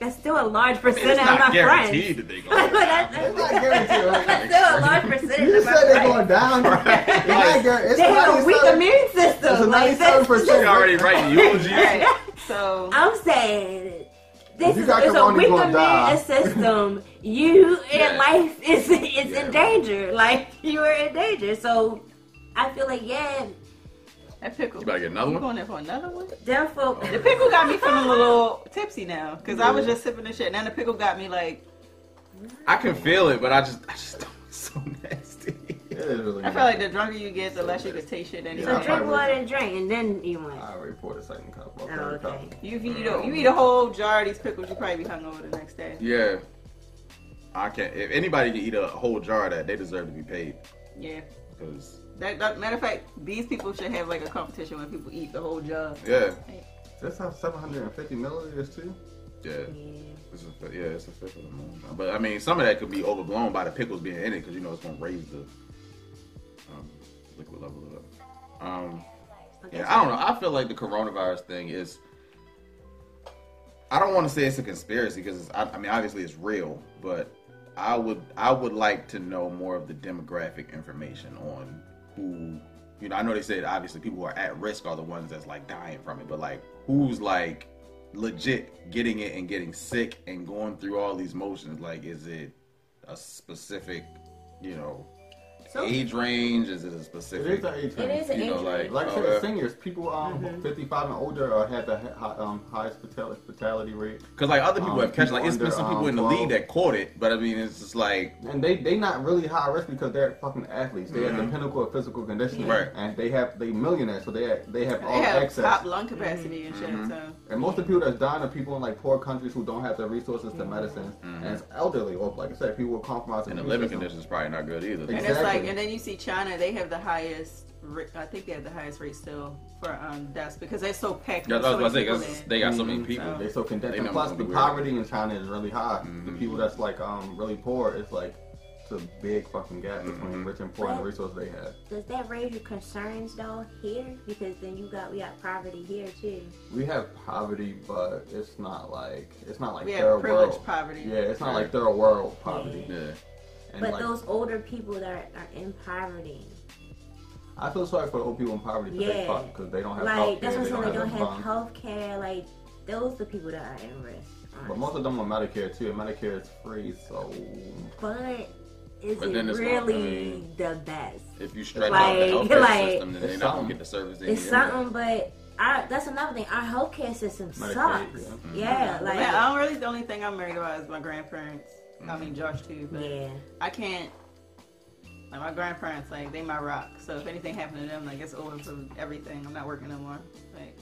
That's still a large And it's percentage of not my guaranteed friends. that they gonna. But that's, It's not guaranteed. that's still a large percentage You of my said they're friends. going down. It's not gar- it's They have a weak 97 immune system. It's a like, that's- ninety-seven percent. They already writing eulogies. Right. So I'm saying this You is got it's a corona, you weak gonna die. immune system. You Yeah. and life is is Yeah. in danger. Like you are in danger. So I feel like yeah, that pickle. You better get another You one. going there for another one? them folk. Oh, The pickle got me feeling a little tipsy now, cause I was just sipping the shit. Now the pickle got me like I can feel it, but I just, I just don't. It's so nasty. It is really I not. feel like the drunker you get, the less you can taste shit anyway. So Yeah. drink water and drink, and then you want. I already poured a second cup. I'll Oh, third cup. okay. You if you eat a, you eat a whole jar of these pickles, you probably be hungover the next day. Yeah. I can't. If anybody can eat a whole jar of that, they deserve to be paid. Yeah. Because, That, that- matter of fact, these people should have like a competition when people eat the whole jar. yeah. This has 750 milliliters too. Yeah. Yeah. It's a, yeah, it's a fifth of the moon. But I mean, some of that could be overblown by the pickles being in it because you know it's gonna raise the um, liquid level of it. Um, yeah, I don't know. I feel like the coronavirus thing is. I don't want to say it's a conspiracy because I, I mean obviously it's real, but I would I would like to know more of the demographic information on who you know. I know they said obviously people who are at risk are the ones that's like dying from it, but like who's like legit getting it and getting sick and going through all these motions? Like, is it a specific you know So- age range? Is it a It specific? is an age It range. is an You know, age like- uh, range. Like I said, Okay. the seniors, people um Mm-hmm. 55 and older uh, have the hi- hi- um, highest fatali- fatality rate, Because like other people Um, have catch, like it's been people some people under, in the um, league that caught it, but I mean it's just like and they they not really high risk because they're fucking athletes. They at the Mhm. pinnacle of physical conditioning, Right. And they have they millionaires, so they have, they have all They have access. top lung capacity and shit. So And most of the people that's dying are people in like poor countries who don't have the resources to Mm-hmm. medicines, and it's elderly or like I said, people with compromised and Mm-hmm. the immune living system. conditions probably not good either. and Exactly. it's like, and then you see China, they have the highest. ra- I think they have the highest rate still for um deaths because they're so packed. Yeah, with that's what I so was many gonna say, people 'cause in. they got so many people. So- Mm-hmm. They so condensed. They And numbers plus, gonna the be weird. poverty in China is really high. Mm-hmm. The people that's like um really poor, it's like it's a big fucking gap Mm-hmm. between rich and poor and the resources they have. Does that raise your concerns though here? Because then you got we got poverty here too. We have poverty, but it's not like it's not like We have third privileged world poverty. Yeah, it's not Yeah. like third world poverty. Yeah, And But like, those older people that are, are in poverty, I feel sorry for the old people in poverty because they Yeah. fuck because they don't have like health that's care. what I'm They saying. They don't have don't have funds. health care. Like those the people that are at risk. But most of them on Medicare too. and Medicare is free, so But is But then it it's gonna- I really mean- the best? if you stretch out Like- the healthcare like- system, then they're It's not gonna something. get the service. they It's need anyway. something, but I, that's another thing. Our healthcare system Medicaid, sucks. yeah. Mhm. Yeah, like Man, I don't really. The only thing I'm worried about is my grandparents. I mean, Josh too, but Mm-hmm. yeah. I can't. Like my grandparents, like they my rock. So if anything happened to them, like it's over for everything. I'm not working no more. Like,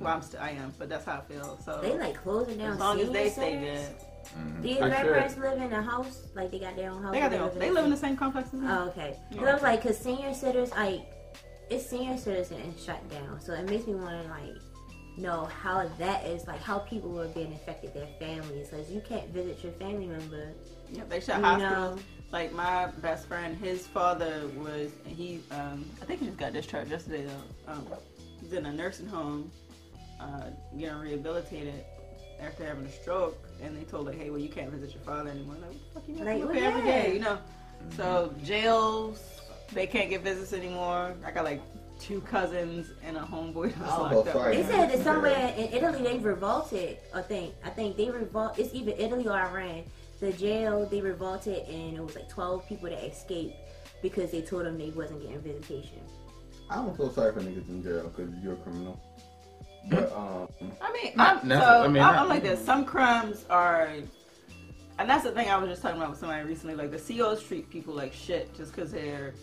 well, I'm still I am, but that's how I feel. So Mm-hmm. They like closing down. as long as senior they stay centers. good, Mm-hmm. These I grandparents live in a house, like they got their own house. they or got their own. They live in the same complex as me. Oh, okay. 'Cause I was like, cause senior centers, like, it's senior centers and shut down, so it makes me want to like know how that is, like how people are being affected, their families, cause you can't visit your family member. Yep, they shut You hospitals. know. Like my best friend, his father was he. Um, I think he just got discharged yesterday though. Um, he's in a nursing home, uh, getting rehabilitated after having a stroke, and they told like, hey, well, you can't visit your father anymore. Like, what the fuck you Like, like, well, every yeah. day, you know. So jails, they can't get visits anymore. I got like two cousins and a homeboy that's Oh, locked up. sorry. They right now. said that somewhere in Italy they revolted. I think I think they revolt. It's either Italy or Iran. The jail they revolted, and it was like twelve people that escaped because they told them they wasn't getting visitation. I don't feel sorry for niggas in jail because you're a criminal. But um, I mean, Not I'm, so necessar- I I mean, am not- like this. Some crimes are, and that's the thing I was just talking about with somebody recently. Like the COs treat people like shit just because they're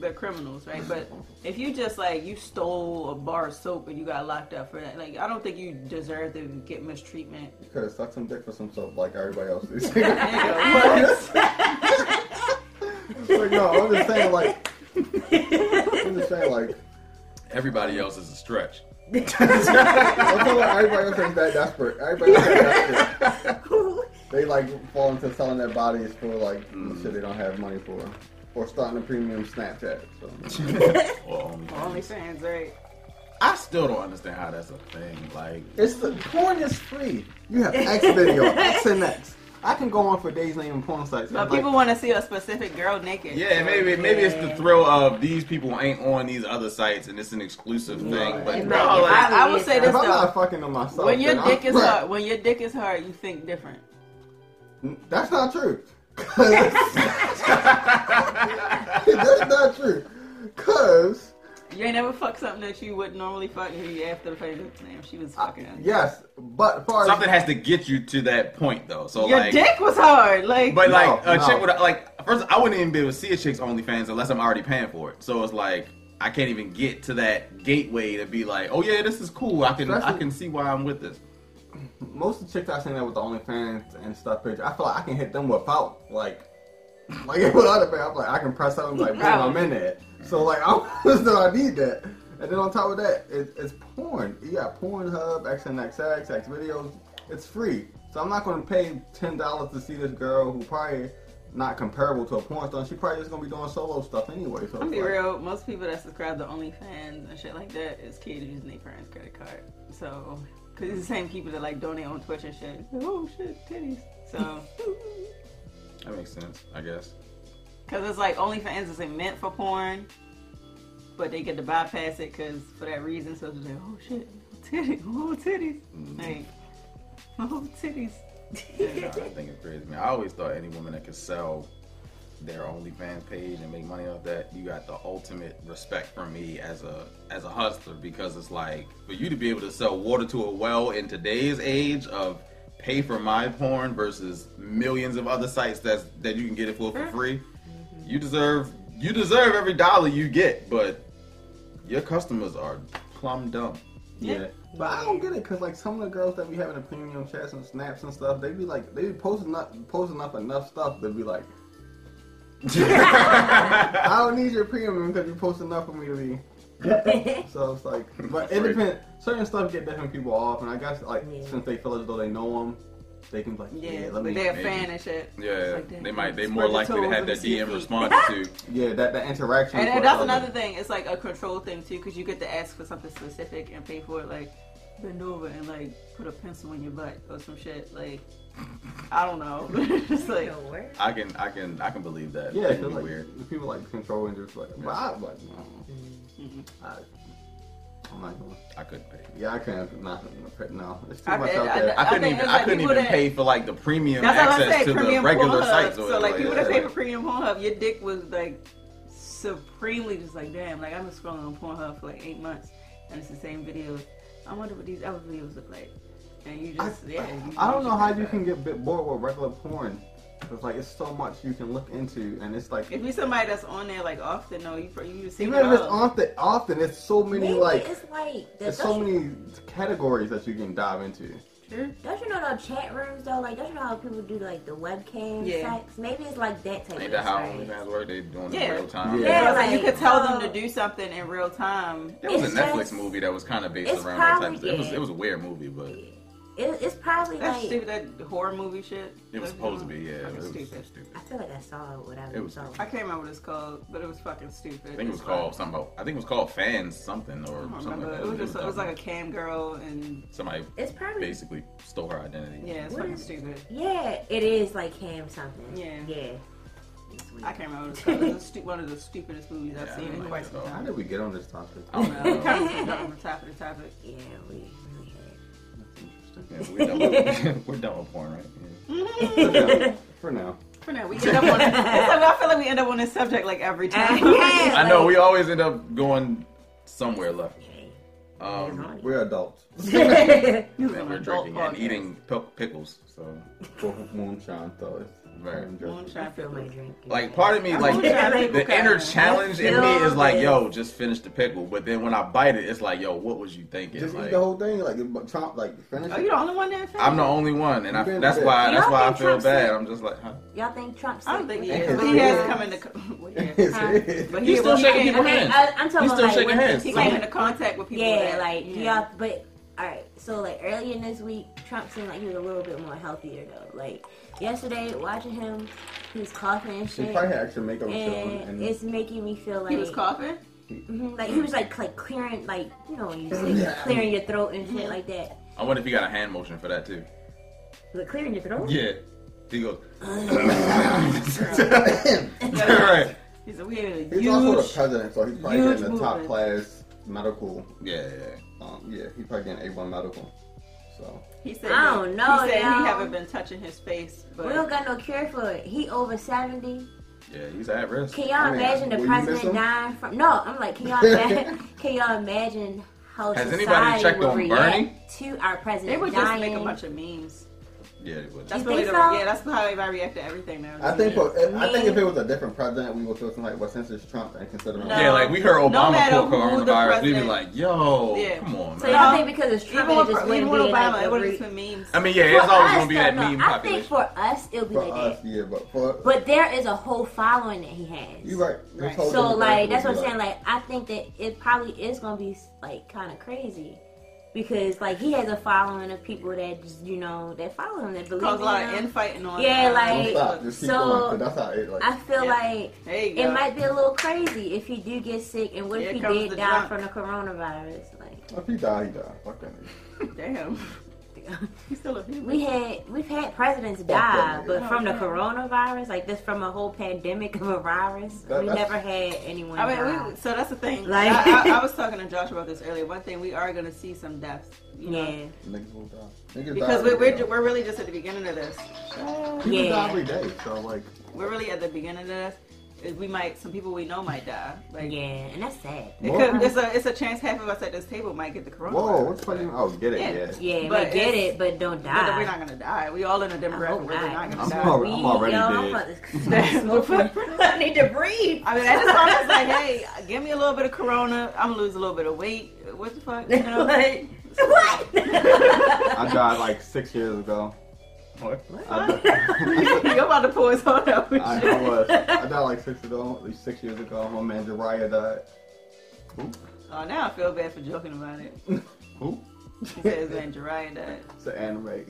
they're criminals, right? But if you just like you stole a bar of soap and you got locked up for that, like I don't think you deserve to get much treatment. You could have sucked some dick for some soap like everybody else is. There like, you go. no, I'm just saying, like, I'm just saying, like, Everybody else is a stretch. I'm talking about everybody else ain't that desperate. Everybody else ain't desperate. They, like, fall into selling their bodies for, like, shit they don't have money for. Or starting a premium Snapchat. So. Well, OnlyFans, right? I still don't understand how that's a thing. Like, It's the porn is free. You have X video, X and X. I can go on for days naming porn sites. But I'm people like, want to see a specific girl naked. yeah, maybe maybe it's the thrill of these people ain't on these other sites and it's an exclusive thing. But It no, might be like, I, I will say this if I'm though: not fucking to myself, when your then dick I'm is right. hard, when your dick is hard, you think different. That's not true. 'Cause- That's not true. Cause You ain't ever fucked something that you would normally fuck who you after the fact. Damn, she was fucking. yes, but far something as has to get you to that point though. So Your like, dick was hard, like. but No, like a no. chick would like first I wouldn't even be able to see a chick's OnlyFans unless I'm already paying for it. So it's like I can't even get to that gateway to be like, oh yeah, this is cool. I can I Especially- can see why I'm with this. most of the chicks I seen that with the OnlyFans and stuff picture, I feel like I can hit them without like. Like without a fan, I'm like I can press out and like boom, I'm in there. So like I'm so I need that. And then on top of that, it, it's porn. You got Pornhub, XNXX, X videos. It's free, so I'm not going to pay ten dollars to see this girl who probably not comparable to a porn star. She probably just going to be doing solo stuff anyway. So I'm it's be like- real. Most people that subscribe to OnlyFans and shit like that is kids using their parents' credit card. So, cause it's the same people that like donate on Twitch and shit. It's like, oh shit, titties. So, That makes sense, I guess. cause it's like OnlyFans isn't meant for porn, but they get to bypass it cause for that reason. So they're like, oh shit, titties, oh titties, Mm. like, oh titties. Yeah, I think it's crazy, man. I always thought any woman that could sell their OnlyFans page and make money off that, you got the ultimate respect from me as a as a hustler because it's like for you to be able to sell water to a well in today's age of pay for my porn versus millions of other sites that's that you can get it for for free. You deserve you deserve every dollar you get, but your customers are plumb dumb. Yeah. But I don't get it because like some of the girls that be having the premium chats and snaps and stuff, they be like they be posting up posting up enough stuff to be like, I don't need your premium because you post enough for me to be. So it's like, but it depends. Certain stuff get different people off, and I guess like Yeah. since they feel as though they know them, they can be like, Yeah, yeah, let me, they're a maybe. fan and shit. Yeah, Like that. they might they Spread more your likely to toes, have let me that see your DM feet. responded to. yeah, that that interaction. And, part and that's of it. another thing. It's like a control thing too, because you get to ask for something specific and pay for it. Like bend over and like put a pencil in your butt or some shit. Like I don't know. it's like Your work? I can I can I can believe that. Yeah, It would because be like weird. the people like control and just like, but I like, no, Mm-hmm. I, I'm not going. I couldn't pay. Yeah, I can't. Not, no, it's too I much bet- out I there. I I couldn't think even it's I like couldn't people even that- pay for like the premium that's all I access said. to the Premium regular Pornhub. sites. or So like people that whatever. pay for premium Pornhub, your dick was like supremely just like damn. Like I've been scrolling on Pornhub for like eight months, and it's the same videos. I wonder what these other videos look like. And you just yeah. you- I don't know how you just- can get bit bored with regular porn. It's like it's so much you can look into, and it's like If even you somebody that's on there like often, though, you pro- you see if it it's all. often, often it's so many Maybe like it's like the it's so many categories that you can dive into. Sure. Don't you know the chat rooms though? Like, don't you know how people do like the webcam Yeah. sites? Maybe it's like that type Ain't of that how experience. OnlyFans work? They doing Yeah. it real time. Yeah. Yeah, Yeah, like, you like, could tell uh, them to do something in real time. There was It's a Netflix just- movie that was kind of based it's around that type. probably Of, it was good. it was a weird movie, but It, it's probably That's like stupid. That horror movie shit. it was That's supposed to be. fucking Yeah, it was stupid. stupid. I feel like I saw it without It was- saw I can't remember what it's called, but it was fucking stupid. I think it was called something. About, I think it was called fans something or I don't something. remember. Like It was that. just it was like a cam girl, and somebody It's probably basically stole her identity. yeah, it's What fucking is- stupid. yeah. It is like Cam something. Yeah. yeah. It's weird. I can't remember what it's called. It was stu- one of the stupidest movies I've Yeah, I seen didn't in like quite it some at all. How time. did we get on this topic? I don't Well, know. kind of jumped from the top of the topic. Yeah, we Yeah, really had. we're, done with, we're done with porn, right? Yeah. For now, For now, we end up on. It's like, I feel like we end up on this subject like every time. Yeah. I know we always end up going somewhere left. Um, We're adults. You was and on we're an adult drinking and podcast. eating pic- pickles. So For moonshine though. Right. Moonshine I feel my pickles. drink. like part of me like Moonshine the pickle inner kind. challenge in me That's is like good. yo just finish the pickle but then when i bite it it's like yo what was you thinking Just like, eat the whole thing, like but chomp, like finish. Are it. Oh, you the only one that? i'm the only one and I, You been that's bad. why that's Y'all why i think feel Trump's bad sick? i'm just like huh? Y'all think Trump's? I don't think he sick? is, but he has come into. co- Well, yeah. It's- Huh? it's- But You he still was shaking shaking. people Okay, hands. I, I'm talking You about still like shaking when hands. He So- came into contact with people. Yeah, that- like yeah. yeah, but all right. So like earlier this week, Trump seemed like he was a little bit more healthier though. Like yesterday, watching him, he was coughing and She shit, probably had extra makeup and shit on. and And it's making me feel like He was coughing. Mhm, like he was like like clearing like you know when you say Yeah. clearing your throat and shit like that. i wonder if you got a hand motion for that too Was it clearing your throat? yeah he goes Yeah. right He said we had a he's also the huge. president, so he's probably huge getting the top movement. class medical. yeah, yeah, yeah. Um, yeah, he's probably getting A1 medical. So He said. I don't he- know, He said y'all. he haven't been touching his face, We don't but got no cure for it. He over seventy. yeah he's at risk Can y'all I mean, imagine the will you miss him? president dying from? No, I'm like, can y'all imagine? can y'all imagine how Has anybody society checked will on react Bernie? to our president they would just dying? make a bunch of memes. yeah he would. That's You the way think to, so? yeah, that's how everybody react to everything now. I think for, I think if it was a different president, we would feel something like, well, since it's Trump, and considering No. yeah like we heard No obama matter no who the coronavirus we'd be president- like yo Yeah. come on so man y'all No. think because it's Trump, even with, it just even wouldn't with be Obama, like a it would have re- just been memes. i mean yeah For it's always gonna be us, that though, meme no. I think population for us it'll be for like us, that, yeah, but for but there is a whole following that he has. you right. This Right. whole So demographic like that's would what I'm be saying. Like I think that it probably is gonna be like kind of crazy because like he has a following of people that just you know that follow him that believe Cause a lot in of him. infighting on. Yeah, uh, like- Don't stop. Just keep So- going. 'cause that's how it like. I feel Yeah. like There you it go. might be a little crazy if he do get sick and what Here if he comes did the die drunk. from the coronavirus? Like if he die, he die. Fuck that nigga. Damn. He's still a human. we had we've had presidents that die, nigga. but from the Okay. coronavirus, like this from a whole pandemic of a virus, That- we that's- never had anyone I mean, die. we, so that's the thing. Like- I, I, I was talking to Josh about this earlier. One thing we are going to see some deaths, you know, yeah, Niggas will die. Niggas because die we're, every we're day. we're really just at the beginning of this. People Yeah. die every day, so like. We're really at the beginning of this. Is We might some people we know might die. Like yeah, and that's sad. it could, it's a it's a chance half of us at this table might get the coronavirus. Whoa, what's fucking? Oh, get it? Yeah. Yeah. But Yeah, but get it's- it, but don't But die. we're not gonna die. We all in a I demographic hope where we're not not. gonna I'm die. all- Breathe, already yo, I'm dead. about to smoke one. I need to breathe. I mean, at this point, it's like, hey, give me a little bit of corona. I'm gonna lose a little bit of weight. What the fuck? You know? Like, what? I died like six years ago. What? I, You're about to pour his heart out. with I, shit. I was. I died like six ago. At least six years ago. My man Jariah died. Oh, now I feel bad for joking about it. Who? He said his man Jiraiya died. It's an anime.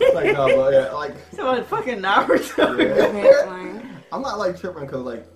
It's like no, but yeah, like Someone fucking Naruto. yeah. Next one. I'm not like tripping because like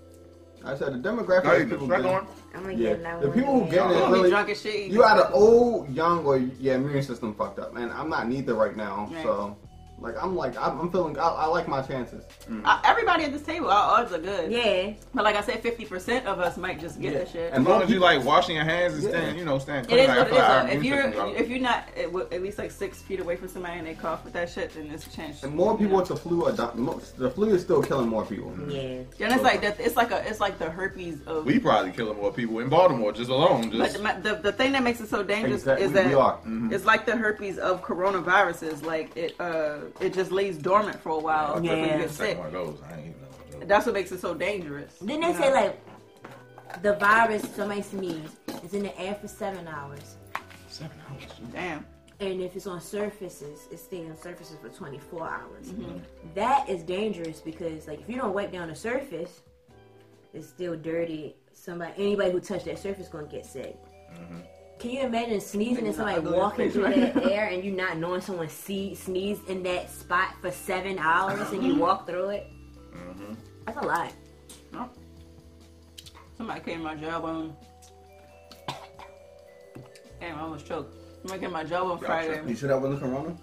I said, the demographic No, of you people. can get- strike on. I'm gonna Yeah, get that the one. people who get You it gonna be really. drunk as shit. You either old, young, or yeah, immune system fucked up, and I'm not neither right now. Right. So, like, I'm like, I'm, I'm feeling, I, I like my chances. Uh, everybody at this table, our odds are good. Yeah. But like I said, 50% of us might just get the shit. As long as you like washing your hands and staying, you know, staying It clean. is like, I what it feel like is. our though. If immune system's you're up. if you're not at, w- at least like six feet away from somebody and they cough with that shit, then it's a chance. And more you people know. with the flu are di- mo- the flu is still killing more people. Yeah. And it's like the, it's like a it's like the herpes of. we probably killing more people in Baltimore just alone. but Just the, my- the, the thing that makes it so dangerous Exactly, is that we are. it's like the herpes of coronaviruses. Like it uh it just lays dormant for a while until Yeah. you second get sick. one of those. I ain't even know one of those. That's what makes it so dangerous. you Then they know? say like the virus somebody sneezed is in the air for seven hours, Seven hours. damn. and if it's on surfaces, it stays on surfaces for 24 hours. Mm-hmm. That is dangerous because like if you don't wipe down the surface, it's still dirty. Somebody, anybody who touched that surface gonna get sick. Can you imagine sneezing and Like, somebody Mm-hmm. not ugly walking face through right that now. air and you not knowing someone see, sneezed in that spot for seven hours and Mm-hmm. you walk through it? That's a lot. No. Oh. Somebody came my jawbone. Damn, I almost choked. Somebody came my jawbone Friday. You sure that wasn't corona?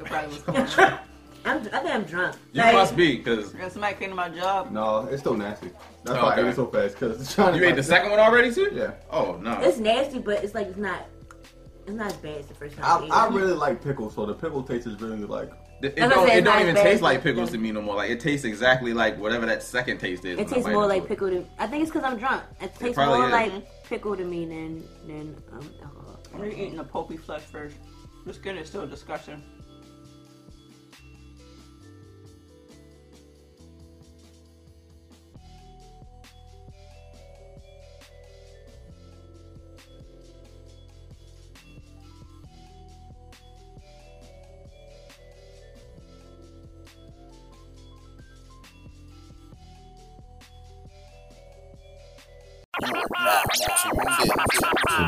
It probably was corona. I'm, I think I'm drunk. You Like- must be because Yeah, somebody came to my job. No, it's still nasty. That's Oh, why I okay. ate it so fast because you ate the second one already too. Yeah, Oh no. It's nasty, but it's like it's not. It's not as bad as the first time. I, ate I it. really like pickles, so the pickle taste is really like It That's what I'm don't, saying, it don't not even as bad taste as like the- pickles to me no more. Like it tastes exactly like whatever that second taste is. when It I tastes bite more into like it. pickle to. I think it's because I'm drunk. It tastes probably more is. like pickle to me than than um, alcohol. You're eating a pulpy flesh first. The skin is still disgusting.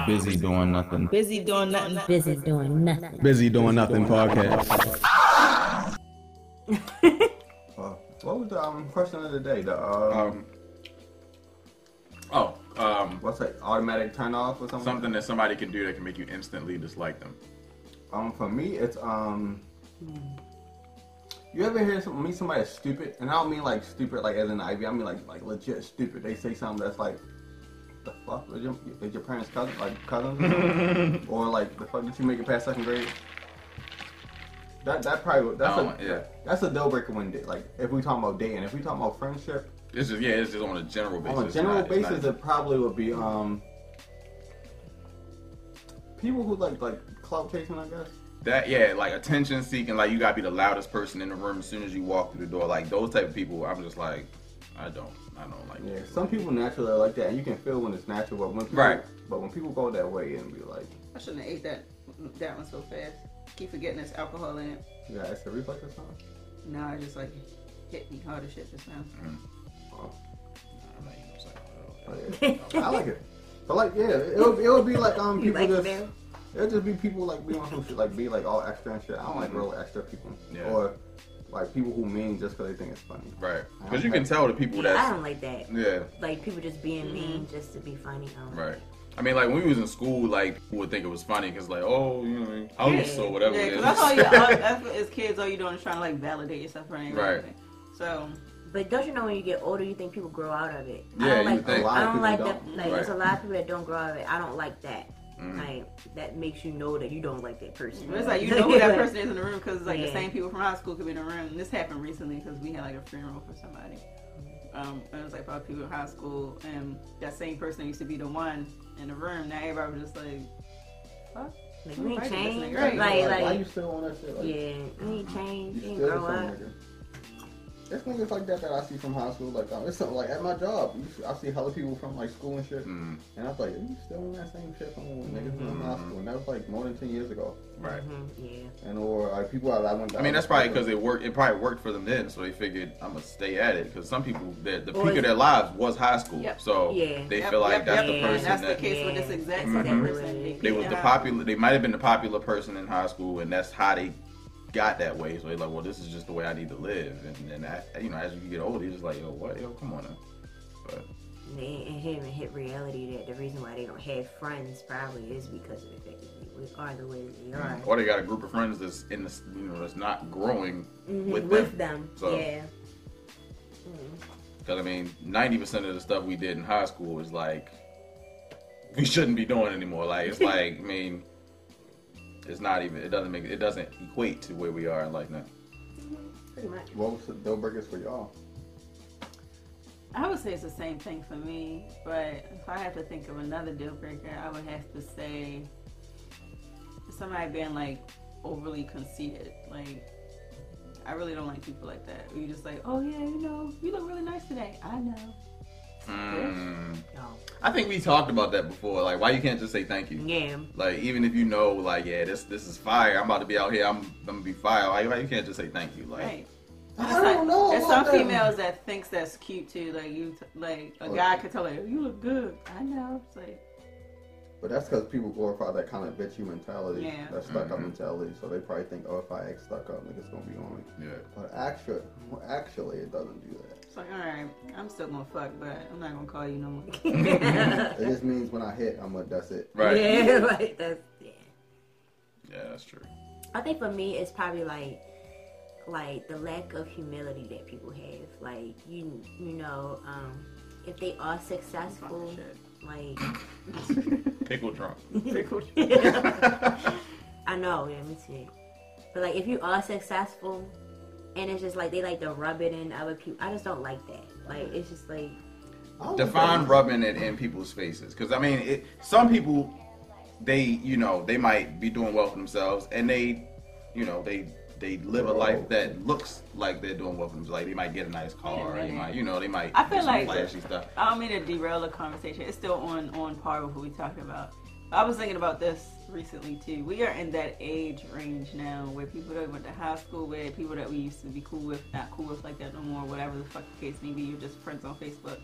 Busy doing nothing. Busy doing nothing. Busy doing nothing. Busy doing nothing podcast. Well, uh, what was the um, question of the day? The uh, Um, oh, um, what's that? Automatic turn off or something? something that somebody can do that can make you instantly dislike them. Um, for me, it's um. You ever hear some, meet somebody that's stupid, and I don't mean like stupid like as in Ivy. I mean like like legit stupid. They say something that's like, the fuck is your, is your parents cousin like cousin, or like the fuck did you make it past second grade? That that probably would- that's I a don't- Oh, yeah. that's a deal breaker when da- like if we talking about dating, if we talking about friendship, It's just yeah, it's just on a general basis. on a It's Oh, general not- it's basis, not- it probably would be um people who like like clout chasing, I guess. that yeah, like attention seeking, like you gotta be the loudest person in the room as soon as you walk through the door. Like those type of people, I'm just like, I don't, I don't like. Yeah, this. some people naturally are like that, and you can feel when it's natural. But when people, Right. But when people go that way and be like, I shouldn't have ate that that one so fast. Keep forgetting there's alcohol in it. "Yeah, it's a reflex or something." Now I just like hit me hard as shit just now. Oh, I'm not even upset at all. oh, yeah. I like it. But like, yeah, it'll it'll be like um You people like it just there? it'll just be people like being on some shit like be like all extra and shit. I don't like real extra people Yeah. or like people who mean just because they think it's funny. Right, because you can tell the people Yeah, I that's don't like that. yeah. Like people just being Mm-hmm. mean just to be funny. um. I don't like Right. that. I mean, like when we was in school, like people would think it was funny because, like, oh, you know, what I mean? I was so whatever Yeah, it because is. that's all you uh, all- that's what- as kids. All you doing is trying to like validate yourself for anything. Right. So But don't you know when you get older, you think people grow out of it? Yeah, I don't you like think. A lot I of don't people like that. don't. Like there's a Right. Mm. lot of people that don't grow out of it. I don't like that. Mm-hmm. Like that makes you know that you don't like that person. it's like you know who that Like, person is in the room because like Yeah. the same people from high school could be in the room. And this happened recently because we had like a funeral for somebody. Um, and it was like five people in high school, and that same person used to be the one in the room. Now everybody was just like, "Fuck." Like, you ain't Right, changed. right. Like, Like, why like, you still on that shit? Like, yeah, you ain't changed. You You ain't still the grow same up. nigga. There's niggas like that that I see from high school. Like, um, it's something like at my job, you see- I see hella people from like school and shit. Mm, And I was like, are you still in that same shit from when niggas was in high Mm-hmm. school? And that was like more than 10 years ago. right. Mhm, Yeah. And or like people that I went to. I mean, that's probably because it worked. It probably worked for them then, so they figured I'm gonna stay at it. Because some people, the, the peak Or it's- of their lives was high school, Yep. so Yeah. they Yep, feel like yep, that's yep. the yeah, person that's that the case with yeah. this exact Mhm. same person. they was the peaked out. popular. They might have been the popular person in high school, and that's how they got that way. So they're like, well, this is just the way I need to live. And then, I- you know, as you get older, you're just like, yo, what? Yo, come on now. But And They and him and hit reality that the reason why they don't have friends probably is because of the fact that we are the way that we are. Or they got a group of friends that's in this, you know, that's not growing Mm-hmm. Mhm, with, With them. them. So- Yeah. Because I mean, ninety percent of the stuff we did in high school is like we shouldn't be doing anymore. Like it's like, I mean, it's not even. It doesn't make. It doesn't equate to where we are in life now. Pretty much. What was the deal breakers for y'all? I would say it's the same thing for me, but if I have to think of another deal breaker, I would have to say somebody being like overly conceited. Like, I really don't like people like that. Where you just like, oh yeah, you know, you look really nice today. I know. Mm. Oh. I think we talked about that before. Like, why you can't just say thank you? Yeah. Like, even if you know, like, yeah, this this is fire. I'm about to be out here. I'm, I'm gonna be fire. Like, why you can't just say thank you? Like, Right. I It's like- don't know. There's some about that. females that thinks that's cute too. Like you, t- like a guy could tell like, you look good. I know. It's like, But that's because people glorify that kind of bitchy mentality, Yeah. that stuck Mm-hmm. up mentality. So they probably think, oh, if I act stuck up, niggas gonna be on me. yeah. But actually, well, actually, it doesn't do that. it's like, all right, I'm still gonna fuck, but I'm not gonna call you no more. yeah. It just means when I hit, I'm like, that's it. Right. Yeah. Like that's. Yeah. that's true. I think for me, it's probably like like the lack of humility that people have. Like you, you know, um, if they are successful, Fucking shit. like Pickle drunk. Pretty cool. I know, yeah, me too. But like if you are successful and it's just like they like to rub it in other people. I just don't like that. Like it's just like I don't define think- rubbing it in people's faces because i mean it, some people they you know they might be doing well for themselves and they you know they they live a life that looks like they're doing well for themselves like they might get a nice car or they might you know they might I do feel some like- flashy stuff I don't mean to derail the conversation. It's still on on par with what we talking about. I was thinking about this recently too. We are in that age range now where people that we went to high school with, people that we used to be cool with, not cool with like that no more. Whatever the fuck the case may be, you're just friends on Facebook.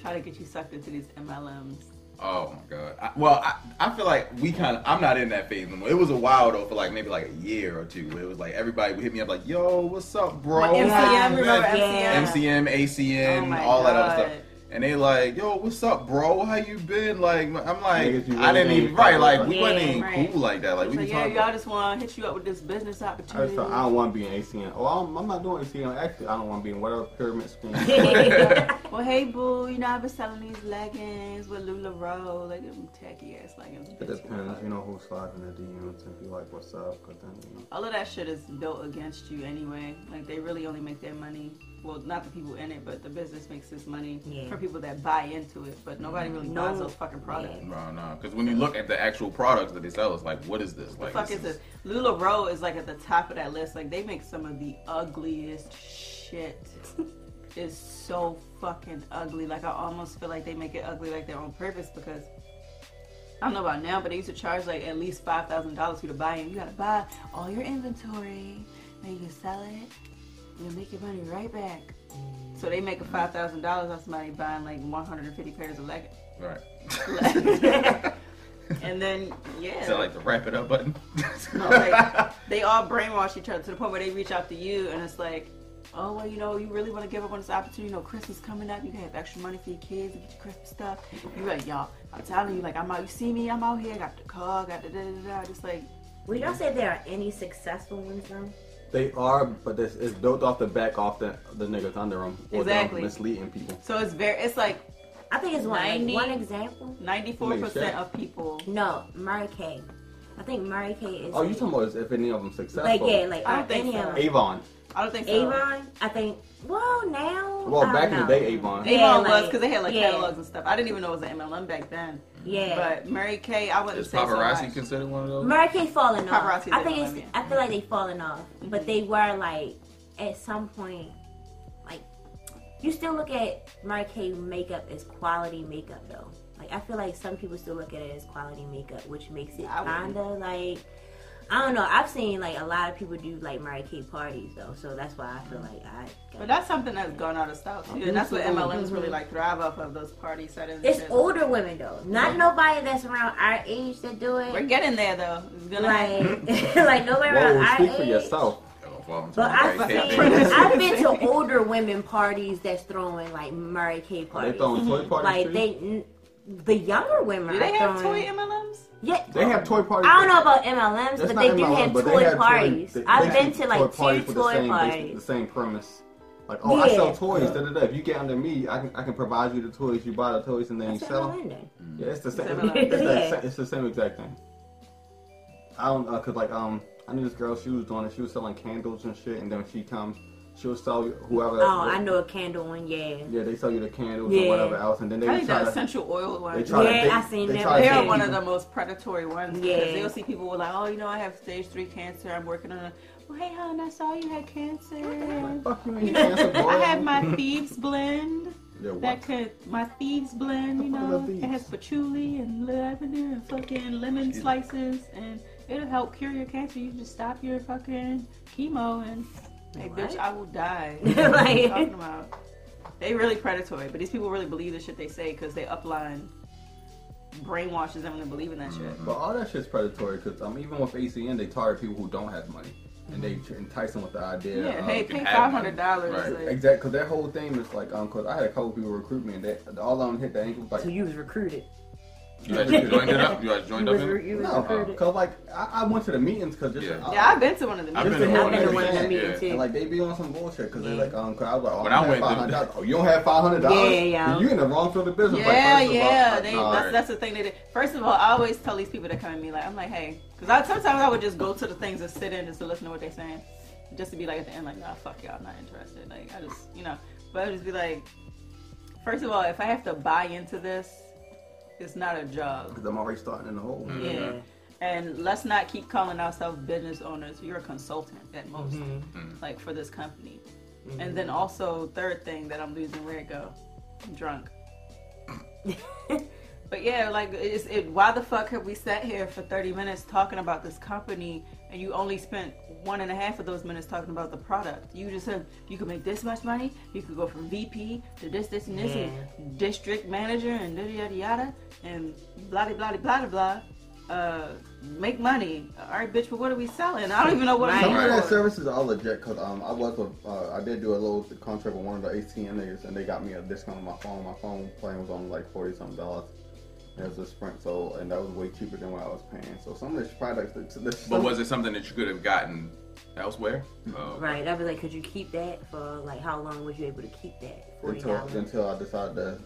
Try to get you sucked into these MLMs. oh my god I, well I, I feel like we kind of i'm not in that phase anymore it was a while though for like maybe like a year or two where it was like everybody would hit me up like yo what's up bro Like How you MCM, been? remember Yeah. MCM? MCM, ACN, Oh my all that other God. stuff. And they like, yo, what's up, bro? How you been? Like, I'm like, Niggas, you I really didn't ain't even right. Like, we Yeah, wasn't even right. cool like that. Like, we So just yeah, talking. y'all just want to hit you up with this business I just opportunity. thought, I don't want to be in ACN. Oh, I'm, I'm not doing ACN. Actually, I don't want to be in whatever pyramid scheme. Well, hey boo, you know I've been selling these leggings with Lularoe, like them tacky ass leggings. It depends, you know, who's sliding the DMs and be like, what's up? Because then, you know. All of that shit is built against you anyway. Like they really only make their money. Well, not the people in it, but the business makes its money Yeah. for people that buy into it. But nobody really No. buys those fucking products. Yeah. No, no, because when you look at the actual products that they sell, it's like, what is this? The Like, fuck this is this? Lularoe is like at the top of that list. Like they make some of the ugliest shit. it's so fucking ugly. Like I almost feel like they make it ugly like they're on purpose because I don't know about now, but they used to charge like at least five thousand dollars for you to buy in. You gotta buy all your inventory, and you can sell it. You'll make your money right back. So they make a five thousand dollars on somebody buying like one hundred and fifty pairs of leggings, right? and then yeah, Is that like the wrap it up button? No, like, they all brainwash each other to the point where they reach out to you and it's like, oh well, you know, you really want to give up on this opportunity. You know, Christmas coming up, you can have extra money for your kids and get your Christmas stuff. You're like, y'all, I'm telling you, like I'm out. You see me, I'm out here. I got the car, got the da da da. Just like, Would y'all say there are any successful ones though? They are, but this is built off the back off the, the niggas under them. Or Exactly. them misleading people. so it's very, it's like I think it's one. like, 90? one example. 94 percent Make of people. No, Mary Kay. I think Mary Kay is. Oh, you talking about if any of them successful? like yeah, like I are don't think any so. of them. Avon. I don't think so. Avon, I think. Well, now. Well, I back don't in the know. day, Avon. Avon Yeah, was like- because they had like yeah. catalogs and stuff. I didn't even know it was an MLM back then. Yeah. But Mary Kay, I wouldn't is say so paparazzi much. considered one of those? Mary Kay falling off. Paparazzi I did think one, it's. yeah. I feel like they falling off, but they were like at some point, like you still look at Mary Kay makeup as quality makeup though. Like I feel like some people still look at it as quality makeup, which makes it I wouldn't. kinda like. I don't know. I've seen like a lot of people do like Mary Kay parties though, so that's why I feel like I. But that's something that's gone out of style too, and that's what MLMs really like thrive off of those party settings. and It's shit. older women though, not nobody that's around our age that do it. We're getting there though. It's gonna like, like nobody around Whoa, our speak age. for yourself. I don't fall into But the I've right seen, category. I've been to older women parties that's throwing like Murray Kay They parties. throwing toy parties like too? they, n- the younger women Do they are have toy throwing. MLMs? yeah, They have toy parties. I don't know about MLMs, That's but not they do MLM, have but they toy have parties. they- I've they been have to like parties with two the toy same basic- parties. The same premise. Like, oh, I sell Yeah. toys. Da, da, da. If you get under me, I can, I can provide you the toys. You buy the toys and then That's you sell them. MLM then. Yeah, it's the same. Same It's, the amount. sa- it's the same exact thing. I don't know, cause like um, I knew this girl. She was doing it. She was selling candles and shit, and then when she comes, she'll sell you whoever. Oh, I know a candle one. Yeah, Yeah, they sell you the candles Yeah. and whatever else, and then they I think try the to. essential oil they ones. try to Yeah, bait- I seen they them. try to They are bait one of people. the most predatory ones because Yeah. they'll see people were like, oh, you know, I have stage three cancer. I'm working on a. Well, hey, hon, I saw you had cancer. Fuck you, ain't cancer, boy. I have my thieves blend. Yeah, what? That could my thieves blend, you The fuck is a know. It thieves? has patchouli and lavender and fucking lemon slices, and it'll help cure your cancer. You just stop your fucking chemo and hey, bitch, What? I will die. Like- What are you talking about? They really predatory, but these people really believe the shit they say because they upline brainwashes them into believing that shit. But all that shit's predatory because um, even with ACN, they target people who don't have money and they tr- entice them with the idea. Yeah, of, hey, you can pay have five money. hundred dollars. Right. Exactly, because their whole thing is like, um, because I had a couple people recruit me and they, all of them hit the ankle like, so you was recruited. You guys just joined it up. You guys joined You up. was, in it? you was No, uh, recruited. because like I, I went to the meetings because just Yeah. I- Yeah, I've been to one of the I've meetings. been to I've one been of to one of them. them Yeah. meetings And, too. like they be on some bullshit because they Yeah. like um. Cause I was like, oh, When I, I have went five to- hundred dollars. Oh, you don't have five hundred dollars. Yeah, yeah. You in the wrong field of business. like, Yeah, first of all, yeah. like, they, nah. that's, that's the thing they did. First of all, I always tell these people that come to me, like, I'm like, hey, because I, sometimes I would just go to the things and sit in just to listen to what they're saying. Just to be like at the end, like, nah, fuck y'all, I'm not interested. Like, I just, you know, but I would just be like, first of all, if I have to buy into this, it's not a job. 'Cause I'm already starting in the hole. Yeah. And let's not keep calling ourselves business owners. You're a consultant at most, Mm-hmm. like for this company. And then also, third thing that I'm losing where it go, I'm drunk. but yeah, like it's, it, why the fuck have we sat here for 30 minutes talking about this company and you only spent one and a half of those minutes talking about the product? You just said you could make this much money, you could go from VP to this, this, and this, and district manager and yada yada yada and blah blah blah blah blah. Uh, make money. All right, bitch. But what are we selling? I don't even know what Right. I'm Some of selling. their services are legit because um, I was with, uh, I did do a little contract with one of the ATN niggas and they got me a discount on my phone. My phone plan was only like forty something dollars. It was a Sprint, so and that was way cheaper than what I was paying. So some of these products, the, the, But was it something that you could have gotten elsewhere? Oh, Right. I'd be like, could you keep that for like how long was you able to keep that? Forty until dollars. until I decided to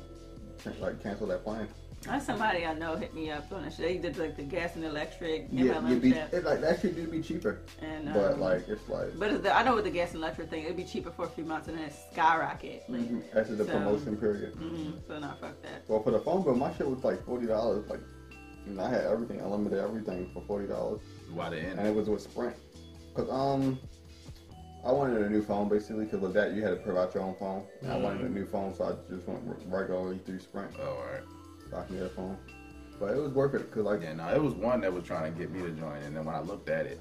like cancel that plan. That's somebody I know hit me up on a shit. They did like the gas and electric Yeah, MLM you be shit. it, like that shit do be cheaper, and um, but like it's like but it's the, I know with the gas and electric thing, it'd be cheaper for a few months and then it skyrocket. Like, Mm-hmm. after the Mm-hmm. so- promotion period. mm, so not fuck that. Well, for the phone bill, my shit was like forty dollars. Like, and I had everything, unlimited everything for forty dollars. Why the and end? it was with Sprint. Cause um, I wanted a new phone basically. Cause with that you had to provide your own phone. And I wanted Mm. a new phone, so I just went regularly through Sprint. Oh, all right. So I can get a phone. But it was worth it. Cause like Yeah, no, it was one that was trying to get me to join, and then when I looked at it,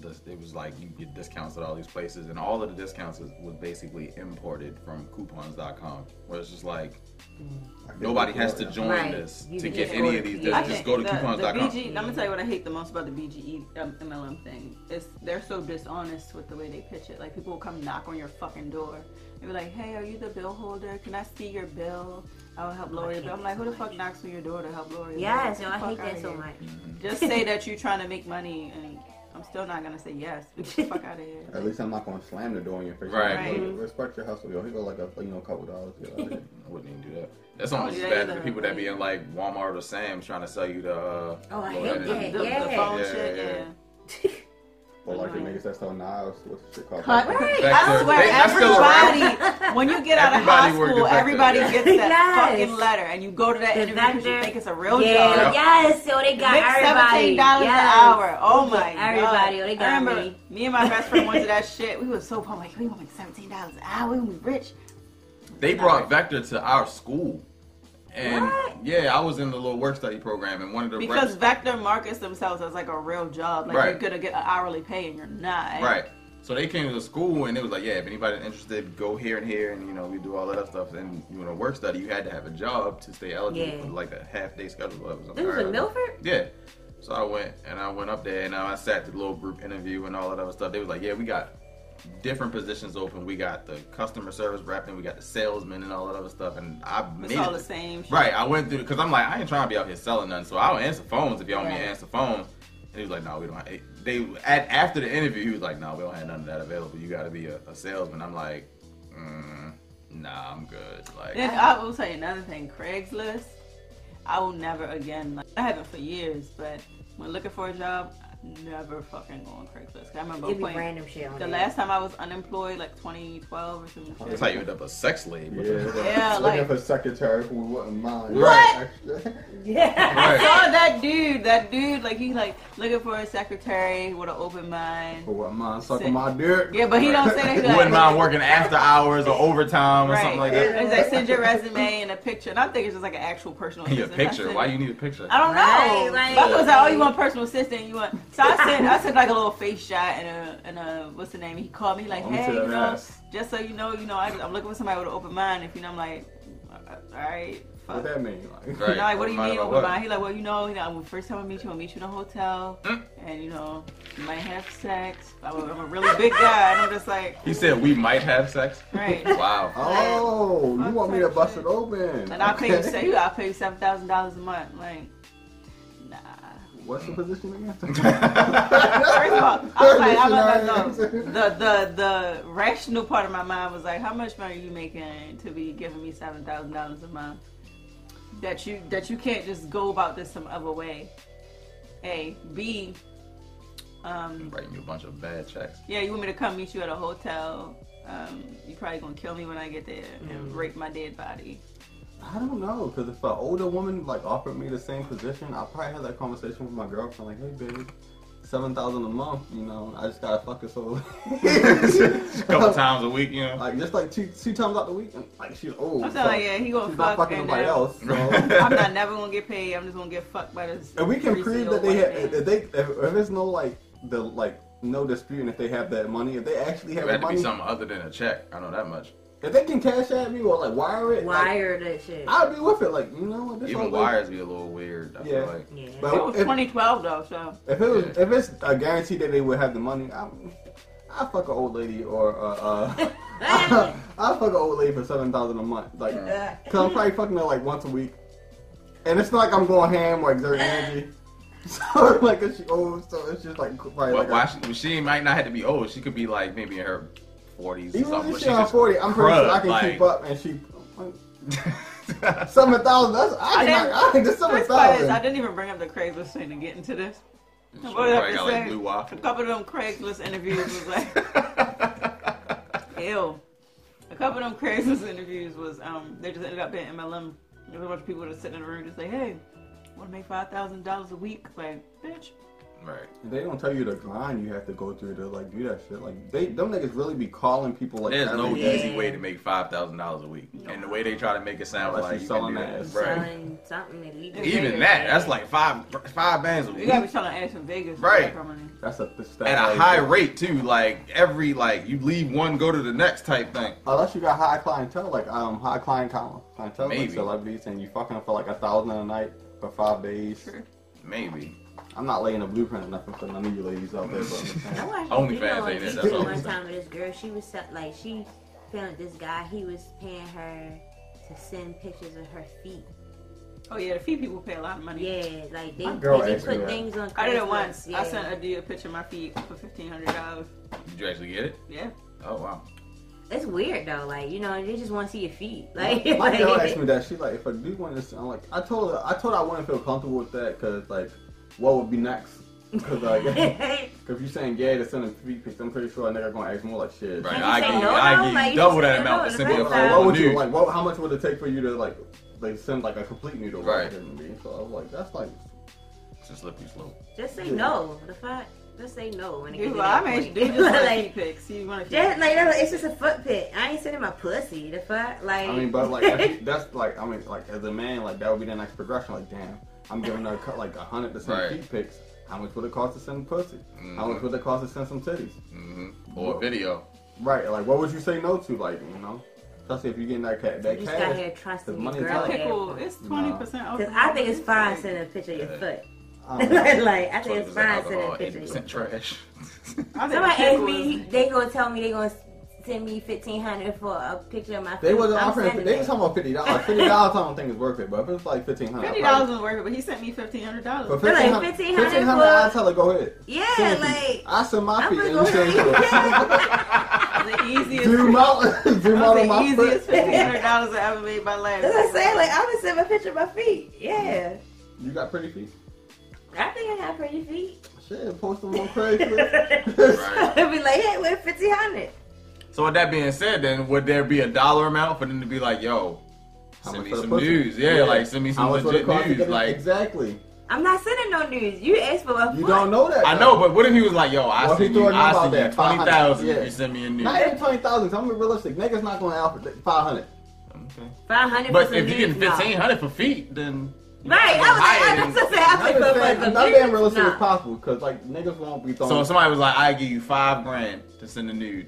this- it was like you get discounts at all these places, and all of the discounts was, was basically imported from coupons.com, where it's just like I get nobody it. has to Yeah. join Right. this You to can get just go any to of these. P- Just, I I just think go to the, the coupons.com. BG, I'm gonna tell you what I hate the most about the BGE um, MLM thing. It's they're so dishonest with the way they pitch it. Like people will come knock on your fucking door and be like, "Hey, are you the bill holder? Can I see your bill? I will help lower your bill." I'm like, "Who the fuck knocks on your door to help lower your Yes, bill?" no, I Get the hate fuck that outta so here. much. Just say that you're trying to make money, and I'm still not gonna say yes. Get the fuck out of here. At least I'm not gonna slam the door in your face. Right. Like, Right. Respect your hustle, yo. He go like a you know a couple dollars. Get out of here. I wouldn't even do that. That's almost do as that bad as the either. people that be in like Walmart or Sam's trying to sell you the. Uh, Oh, I low hate energy. that. The, Yeah. the phone Yeah, shit, yeah. yeah. Mm. But like the Annoying. niggas that's selling knives, what's the shit called? Cut. Back I to- swear, they- that's still around. everybody, when you get out of Everybody high working school, back there, everybody yeah. gets that Yes. fucking letter, and you go to that The interview because you vendor- think it's a real yeah, Yep. job. yes, so they got Make everybody. seventeen dollars an yes. hour. Oh my everybody. god! They I got remember me. and my best friend went to that shit. We was so pumped, like we gonna make seventeen dollars an hour. We gonna be rich. They brought Vector to our school. And What? yeah, I was in the little work study program, and one of the Because reps- Vector markets themselves as like a real job. Like Right. you're gonna get an hourly pay, and you're not. Right. So they came to the school and it was like, yeah, if anybody's interested, go here and here, and you know, we do all that other stuff. And you know, work study, you had to have a job to stay eligible Yeah. for like a half day schedule. or something. This was in Alright. Milford. Yeah. So I went and I went up there and I sat the little group interview and all that other stuff. They was like, yeah, we got different positions open. We got the customer service rep and we got the salesman and all that other stuff. And I It's made all it- the same. Shit. Right, I went through because I'm like, I ain't trying to be out here selling nothing, so I'll answer phones if y'all want me to Right. answer phones. And he was like, No, we don't. Have, they at after the interview, he was like, No, we don't have none of that available. You got to be a, a salesman. I'm like, mm, Nah, I'm good. Like, And I will tell you another thing, Craigslist. I will never again. Like, I haven't for years, but when looking for a job, I never fucking go on Craigslist. 'Cause I remember It'd be playing- random shit on the there. last time I was unemployed, like 2012 or something. that's how you end up a sex slave. Yeah, with a- Yeah, looking like- for secretary who wouldn't mind. Right. Extra. Yeah. I Right. saw that dude. That dude, like he like looking for a secretary with an open Who mind. wouldn't mind sucking my dick. Yeah, but he don't say that. He like, Wouldn't mind working after hours or overtime or Right. something like And that. he's like, send your resume and a picture. And I think it's just like an actual personal Need a assistant. I picture. said- Why you need a picture? I don't know. Right, like- Buck was like, "Oh, you want personal assistant? You want?" So I sent, I sent like a little face shot and a and a what's the name? He called me like, Let me "Hey, see you that know, ass. just so you know, you know, I, I'm looking for somebody with an open mind. If you know, I'm like, uh, all right, What fuck." that mean? Like, Right. And I'm like, what do Open you mind mean about what? open mind? He like, well, you know, you know, I'm- first time I meet you, I meet you in a hotel, Mm. and you know, you might have sex. I'm a, I'm a really big guy, and I'm just like, He said we might have sex. right. Wow. Oh, you Fuck want me that to bust shit. it open? And I pay you, Okay. say you, I pay you seven thousand dollars a month. Like, Nah. What's the position again? First of all, I was like, how much? I know. Listen, The the the rational part of my mind was like, how much money you making to be giving me seven thousand dollars a month? That you that you can't just go about this some other way. A B. Um, Writing you a bunch of bad checks. yeah, you want me to come meet you at a hotel? Um, you probably gonna kill me when I get there and rape my dead body. I don't know, because if an older woman like offered me the same position, I probably had that conversation with my girlfriend, like, hey, baby, seven thousand a month, you know, I just gotta fuck her so. A couple times a week, you know. Like just like two two times out the week, and, like she's old. I'm so telling you, yeah, he gonna she's not fuck fucking and nobody then- else. So. I'm not never gonna get paid. I'm just gonna get fucked by this. And we can greasy prove old that they white have, man. if they, if, if there's no like the like no dispute, and if they have that money, if they actually have It the had to be money, something other than a check. I know that much. if they can cash at me or like wire it, like, Wire that shit. I'd be with it. Like you know, what, this Even old wires be a little weird. I Yeah. feel like. Yeah. But- It was if- 2012 though, so If it was, Yeah. if it's a guarantee that they would have the money, I, I fuck an old lady or uh, uh I, fuck an old lady for seven thousand a month, like, cause I'm probably fucking her like once a week, and it's not like I'm going ham or exerting energy. So like it's old, so it's just like probably Why, like why she, she might not have to be old. She could be like maybe in her 40s. or even something, if but she's on just forty, I'm pretty sure I can crud, keep up, and she like- seven thousand. That's I, I can, didn't- I, I think that's seven First part is, I thousand. didn't even bring up the Craigslist thing to get into this. She What did I probably have to got like say? blue A waffle. couple of them Craigslist interviews was like, ew. A couple of them Craigslist interviews was, um, they just ended up being MLM. There was a bunch of people that sit in the room and just say, hey, want to make $5,000 a week? Like, bitch. right. They don't tell you the grind you have to go through to like do that shit. Like they, them niggas really be calling people like There's every no day. easy way to make five thousand dollars a week, and the way they try to make it sound Unless like you you can selling do that, ass. right? Selling something illegal. Even that, that's like five five bands a You week got to be trying to ask in Vegas. for Right. that kind of money. That's a th- stat at right a high there. rate too. Like every like you leave one, go to the next type thing. Unless you got high clientele, like um high client clientele, clientele like Maybe. celebrities, and you fucking for like a thousand a night for five days. Sure. Maybe I'm not laying a blueprint or nothing for none of you ladies out there. But I'm just I saying. watched Only a video fans on ain't it, that's YouTube all I'm one saying. time with this girl. She was sell- like she found this guy. He was paying her to send pictures of her feet. Oh, yeah, the fee people pay a lot of money. Yeah, like they, My girl they asked me put that. things on. I did it Craigslist, once. Yeah. I sent a dude a picture of my feet for $1,500. did you actually get it? Yeah. Oh wow. It's weird though. Like you know, they just want to see your feet. Like, My girl like- asked me that. She like, if I do want this, I'm like, I told her, I told her I wouldn't feel comfortable with that because like, what would be next? Because like, if you saying gay to send a feet pics, I'm pretty sure a nigga gonna ask more like shit. Right. you I say give you, no, I no, give you like, you double just that say amount no to the simply first a Like, time. photo what of a would you nude. like? What, how much would it take for you to like, like send like a complete noodle? Right. So I was like, that's like, It's a slippery slope. just say Yeah. no. The fuck, just say no. When it Dude, gets to well, I that made point. dude just want a feet like, pics. You want a feet just like no, it's just a foot pic. I ain't sending my pussy. The fuck, like. I mean, but like if you- that's like I mean, like as a man, like that would be the next progression. Like, damn, I'm giving her a cut like a hundred to send Right. feet pics. How much would it cost to send pussy? How Mm-hmm. much would it cost to send some titties? hmm Or a video. Right? Like, what would you say no to? Like, you know, especially if you're getting that cat, that you just got cash. here trusting the your money's girl. out. Pickle, it's twenty percent off. oh, Cause I think it's fine sending a picture of your foot. I don't know. like I think Twenty it's percent fine sending alcohol, a eighty picture of your percent foot. trash. I think Somebody asked pickle me, is- they gonna tell me they gonna send me fifteen hundred for a picture of my. They feet. wasn't I'm offering. sending They it. was talking about fifty dollars. Fifty dollars, I don't think is worth it. But if it's like fifteen hundred, Fifty dollars is worth it, but he sent me fifteen hundred dollars. They're like, fifteen 1500 hundred, for- I tell her go ahead. Yeah, Send it to me. like I send my I'm feet gonna and go you send yours. The easiest, Zoom out, zoom out on the my easiest foot. fifteen hundred dollars I ever made in my life. that's what I'm saying. Like I'm gonna send a picture of my feet. Yeah, You got pretty feet. I think I got pretty feet. Shit, post them on Craigslist. I'd Right. be like, hey, where fifteen hundred? So with that being said, then would there be a dollar amount for them to be like, yo, How send much me for the some pussy? news, yeah, like send me How some much would legit it cost to news, get it? like. exactly. I'm not sending no news. You asked for a You foot. don't know that. I though. know, but what if he was like, "Yo, I What if he send threw you, I a number out send there, you twenty thousand yeah. if you send me a nude." Not even twenty thousand. I'm realistic. Niggas not going out for five hundred. Okay. Five hundred. But if you're getting fifteen hundred for feet, then Right, Higher I was like, than- I'm just I'm saying, I'm like, being but- but- being realistic nah. as possible because like niggas won't be throwing so if somebody was like, "I give you five grand to send a nude,"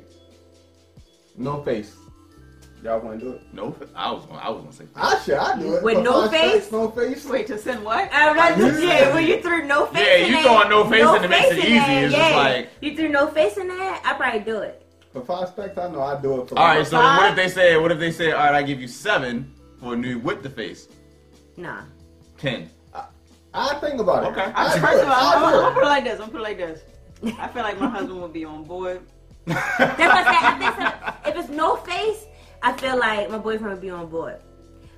no face. Y'all want to do it? no, I was gonna, I was gonna say, I should. I do it With For no five cents, face? No face. Wait to send what? I'm not just yeah, when you threw no face. Yeah, in you that- throwing no face in, it makes it face in easy. that, It's just like- you threw no face in that, I probably do it. For five specs, I know I do it. For "All right." So then what Five? if they said, "What if they said, all right, I give you seven for a nude with the face, Nah, ten? I think about it. Okay. I I, do first it. of all, I'm, I'm I gonna put it like this. I'm gonna put it like this. I feel like my husband would be on board. That's what I said. I think so. if it's no face, I feel like my boyfriend would be on board.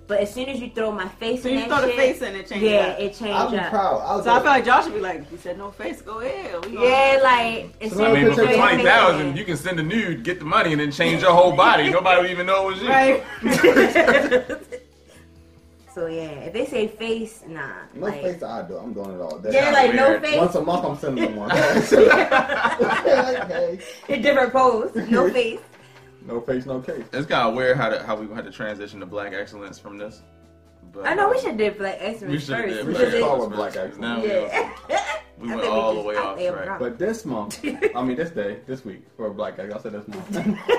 But as soon as you throw my face So in you that throw the shit, face in it, change yeah, it. up. it do it. I'll changed be up. proud. I'll So I feel do it. like y'all should be like, he said no face, go ahead. We gonna- Yeah, like as soon I I as mean, you but throw for your twenty face in. thousand, you can send a nude, get the money, and then change your whole body. Nobody would even know it was you. Right. So yeah, if they say face, nah. No like, face, I do. it. I'm doing it all day. Yeah, like no Weird. face. Once a month, I'm sending them one. Hey, hey. in different pose, no face. No face, no case. It's kind of weird how to, how we had to transition to black excellence from this. But, I know we should did black excellence We should have first. did black We should because call it- excellence. it black first, 'cause excellence. now we Yeah. We I went think all the just way out off there track. wrong. But this month, I mean this day, this week for Black Guys, I said this month.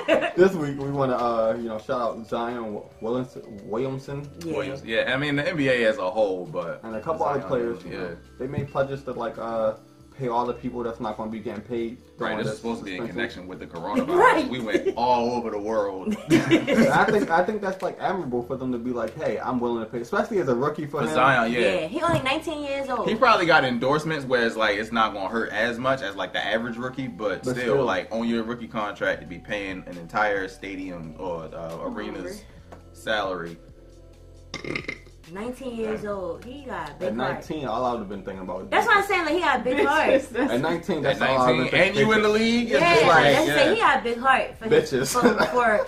this week we want to, uh, you know, shout out Zion Williamson, Williamson yeah. Williams. Yeah, I mean the NBA as a whole, but and a couple other players. Yeah, you know, they made pledges to like uh pay all the people that's not going to be getting paid. right. during This is supposed to be in suspension. connection with the coronavirus. Right. We went all over the world. And I think I think that's like admirable for them to be like, hey, I'm willing to pay, especially as a rookie for But him. Zion, yeah, yeah. He only 19 years old. He probably got endorsements where it's like it's not gonna hurt as much as like the average rookie, but, But still, still. like on your rookie contract to be paying an entire stadium or uh, arena's salary. 19 years old. He got a big At heart. 19, all I would have been thinking about. was- That's why I'm saying like he got a big heart. At 19, that's At all I would 19, and you in the league, Yeah, it's just like, like that's yeah. saying he got a big heart for his, Bitches. for, for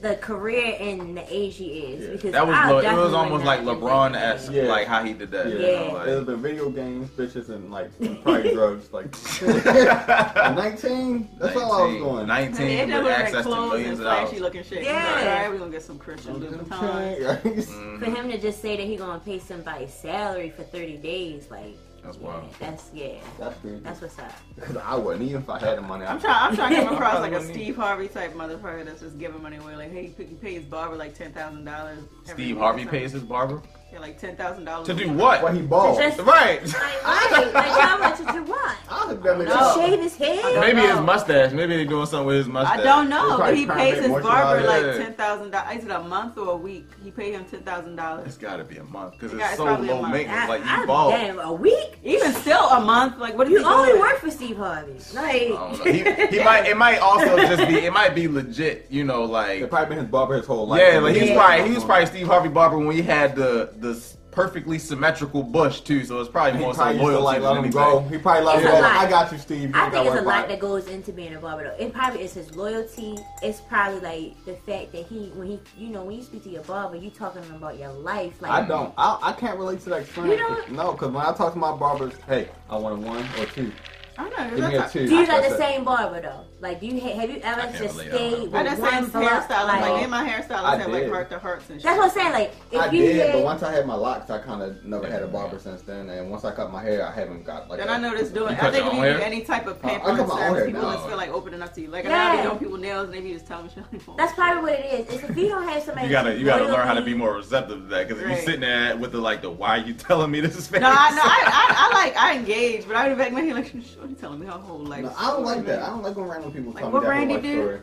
the career and the age he is. Yeah. Because that was I lo- it definitely was almost would like not LeBron think esque, Yeah. like how he did that. you Yeah. know, like- It's been video games, bitches, and like and probably drugs. Like at 19, that's all I was going. 19 And they with never like access to clothes and millions of dollars. flashy looking shit. Yeah. All right, we're gonna get some Christian Louboutins. Okay. Mhm. For him to just say that he gonna pay somebody's salary for 30 days, like That's yeah, wild. That's yeah. That's crazy. That's what's up. Because I wouldn't even if I had the money. I'm trying. I'm trying to come across like a Probably Steve Harvey type motherfucker that's just giving money away. Like, hey, you pay- you pay his barber like ten thousand dollars. Steve Harvey pays his barber Yeah, like ten thousand dollars to do what? Why he bald? just- Right. Like, right? like, y'all want to do what? I looked at it. No. To shave his head? Maybe his know. mustache. Maybe they're doing something with his mustache. I don't know, but He's probably he trying to pays make his moisturizer. barber like Yeah. ten thousand dollars. Is it a month or a week? He paid him ten thousand It's dollars. got to be a month because it's Yeah, it's so probably a low month. maintenance. Like I- I- you bald. I Damn, a week? Even still, a month. Like, what do You only doing? work for Steve Harvey. Like, don't know. He, he might. It might also just be. It might be legit. You know, It like probably been his barber his whole life. yeah, like he's Yeah. probably he was probably Steve Harvey Barber when he had the the s- perfectly symmetrical bush too. So it's probably He more so probably used to loyalty like let than him anything. go. He probably let him It's a go. lot. I got you, Steve. You I ain't think gotta it's a worry lot about that it. goes into being a barber though. It probably is his loyalty. It's probably like the fact that he when he you know when you speak to your barber, you talking about your life. Like I don't. I, I can't relate to that experience. You don't? No, because when I talk to my barbers, hey, I want a one or two. I don't know. Give me a that's- two. Do you like That's the it. same barber though? Like do you ha- have you I ever can't just relate, I don't know. stayed with I just one same block? hairstylist. Like, Like, me and my I hairstylist have did. like worked the hearts and shit. that's what I'm saying. Like if I you did, had, but once I had my locks, I kind of never Yeah. had a barber since then. And once I cut my hair, I haven't got like. Then a- I noticed doing. You I cut think your if you own do hair? any type of Uh, I paper cut my own hair service, people now. just feel like opening up to you. Like now Yeah. they doing people nails, and they be just telling shit. like, that's probably what it is. Is if you don't have somebody, You gotta you gotta learn how to be loyalty- more receptive to that because if Right. you sitting there with the like the why you telling me this is fake. No, I, no, I, I, I like I engage, but I would be back my head like, sure, you telling me her whole life. No, I don't like that. I story. don't like when random people Like tell what me that whole Randy life do? story.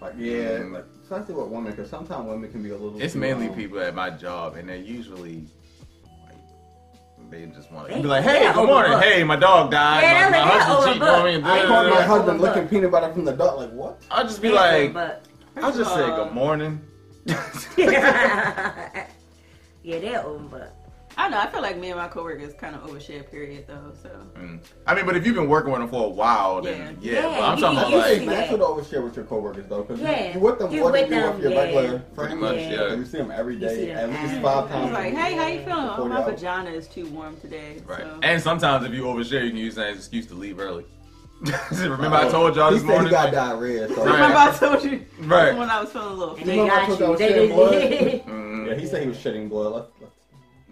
Like yeah, Mm. like especially with women, because sometimes women can be a little. It's too, mainly um, people at my job, and they're usually like they just want to They- be like, they "Hey, are good morning. overbooked. Hey, my dog died. Yeah, my, they're my like, husband they're cheated on me." overbooked. And I Yeah. caught my Yeah. husband Look. licking peanut butter from the dog. Like what? I'll just be like, but I'll just say good morning. yeah, they're old, but I don't know. I feel like me and my coworkers kind of overshare. Period, though. So Mm. I mean, but if you've been working with them for a while, then yeah. Yeah. but I'm Yeah, talking you about get used like to It's Yeah. natural to always share with your coworkers though, because Yeah. you with them You more than with you with them, your yeah. regular pretty friends. much, Yeah. yeah. You see them every You see day, at them least every five day. I was times. a like, week. hey, how you feeling? Oh, Forty my hours. vagina is too warm today. Right. So. And sometimes if you overshare, you can use that as an excuse to leave early. Remember I Oh, told y'all he this said morning. He got diarrhea. So Right. Remember I told you Right. when I was feeling a little. and they remember I got told y'all you. They shit, did. Mm, Yeah, he said he was shitting blood. Let's- let's-